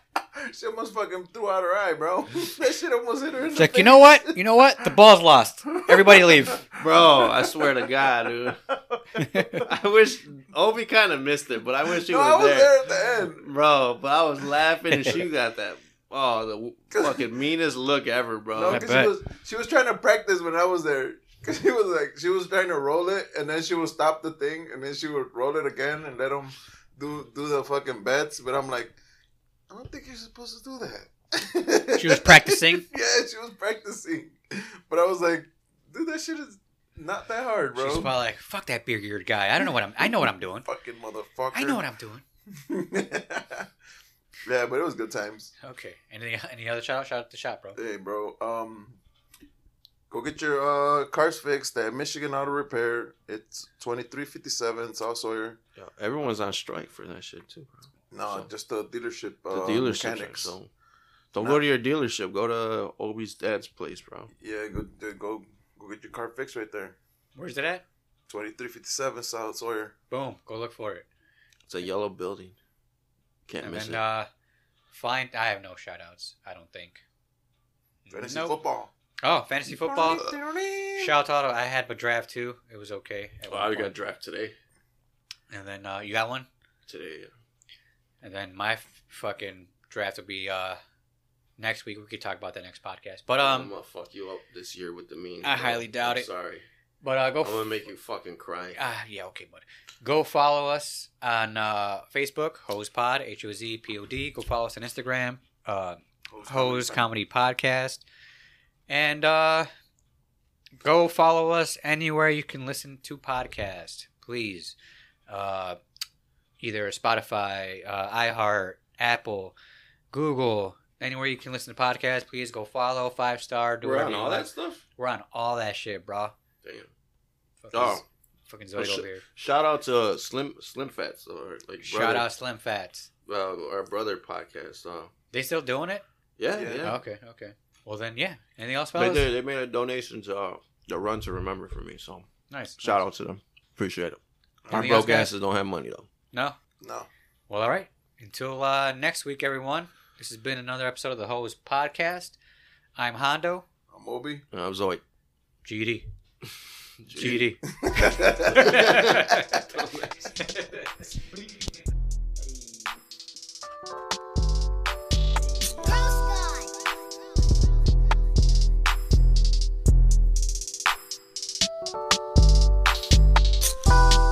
S2: she almost fucking threw out her eye, bro. that shit almost hit her. in
S1: It's
S2: the
S1: like, you know what? You know what? The ball's lost. Everybody leave.
S3: Bro, I swear to God, dude. I wish Obi kind of missed it, but I wish she
S2: no,
S3: was,
S2: I was
S3: there.
S2: there at the end.
S3: bro. But I was laughing, and she got that. Oh, the w- fucking meanest look ever,
S2: No,
S3: bro.
S1: I
S2: 'cause
S1: bet.
S2: she was she was trying to practice when I was there. Cause she was like she was trying to roll it, and then she would stop the thing, and then she would roll it again, and let them do do the fucking bets. But I'm like, I don't think you're supposed to do that.
S1: She was practicing?
S2: yeah, she was practicing. But I was like, dude, that shit is not that hard, bro.
S1: She's probably like, fuck that beer geared guy. I don't know what I'm I know what I'm doing.
S2: fucking motherfucker.
S1: I know what I'm doing.
S2: yeah, but it was good times.
S1: Okay. Any any other shout out? Shout out to shop, bro.
S2: Hey, bro. Um, go get your uh, cars fixed at Michigan Auto Repair. It's twenty three fifty seven South Sawyer.
S3: Yo, everyone's on strike for that shit too, bro.
S2: No,
S3: So-
S2: just the dealership.
S3: The
S2: Uh,
S3: dealership.
S2: mechanics.
S3: So don't go to your dealership. Go to Obi's dad's place, bro.
S2: Yeah, go dude, go go get your car fixed right there.
S1: Where's it at?
S2: Twenty three fifty seven South Sawyer.
S1: Boom. Go look for it.
S3: It's a yellow building. Can't
S1: And
S3: miss
S1: then
S3: it.
S1: uh find I have no shout outs, I don't think.
S2: Fantasy
S1: Nope.
S2: football.
S1: Oh, fantasy football. Shout out I had a draft too. It was okay. at one
S3: Wow, we got
S1: point.
S3: draft today.
S1: And then uh, you got one?
S3: Today, uh, yeah.
S1: And then my f- fucking draft will be uh next week. We could talk about that next podcast. But
S3: I'm
S1: um,
S3: gonna fuck you up this year with the memes.
S1: I
S3: bro.
S1: highly doubt
S3: I'm
S1: it.
S3: Sorry,
S1: but uh, go.
S3: I'm
S1: F-
S3: gonna make you fucking cry.
S1: ah, yeah, okay, bud. Go follow us on uh, Facebook, Hose Pod, H O Z P O D. Go follow us on Instagram, uh, Hose Comedy Podcast. And uh, go follow us anywhere you can listen to podcasts, please. Uh, either Spotify, uh, iHeart, Apple, Google, anywhere you can listen to podcasts, please go follow, five star, do
S3: We're
S1: whatever
S3: on
S1: you
S3: all
S1: like.
S3: that stuff.
S1: We're on all that shit, bro.
S3: Damn.
S1: Fucking,
S3: Oh.
S1: fucking
S3: Oh,
S1: Zoid
S3: shit.
S1: over here.
S3: Shout out to uh, Slim Slim Fats or like brother,
S1: Shout out Slim Fats.
S3: uh, our brother podcast. Uh,
S1: They still doing it?
S3: yeah,
S2: Yeah.
S3: yeah.
S1: Okay, okay. Well then, yeah. Anything else,
S3: They,
S1: fellas?
S3: did, they made a donation to uh, the Run to Remember for me. So
S1: Nice.
S3: shout out to them. Appreciate it. Our
S1: Anything else,
S3: broke
S1: guys?
S3: asses don't have money though.
S1: No.
S2: No.
S1: Well, all right. Until uh, next week, everyone. This has been another episode of the Hose Podcast. I'm Hondo.
S2: I'm Obi.
S3: And I was like,
S1: GD. GD.
S3: Gee.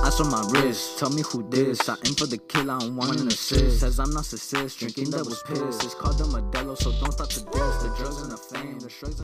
S4: Ice on my wrist, tell me who this. I aim for the kill, I don't want an assist. Says I'm narcissist, drinking that was piss. It's called the Modelo, so don't stop to diss. The drugs and the fame, the shrugs. and-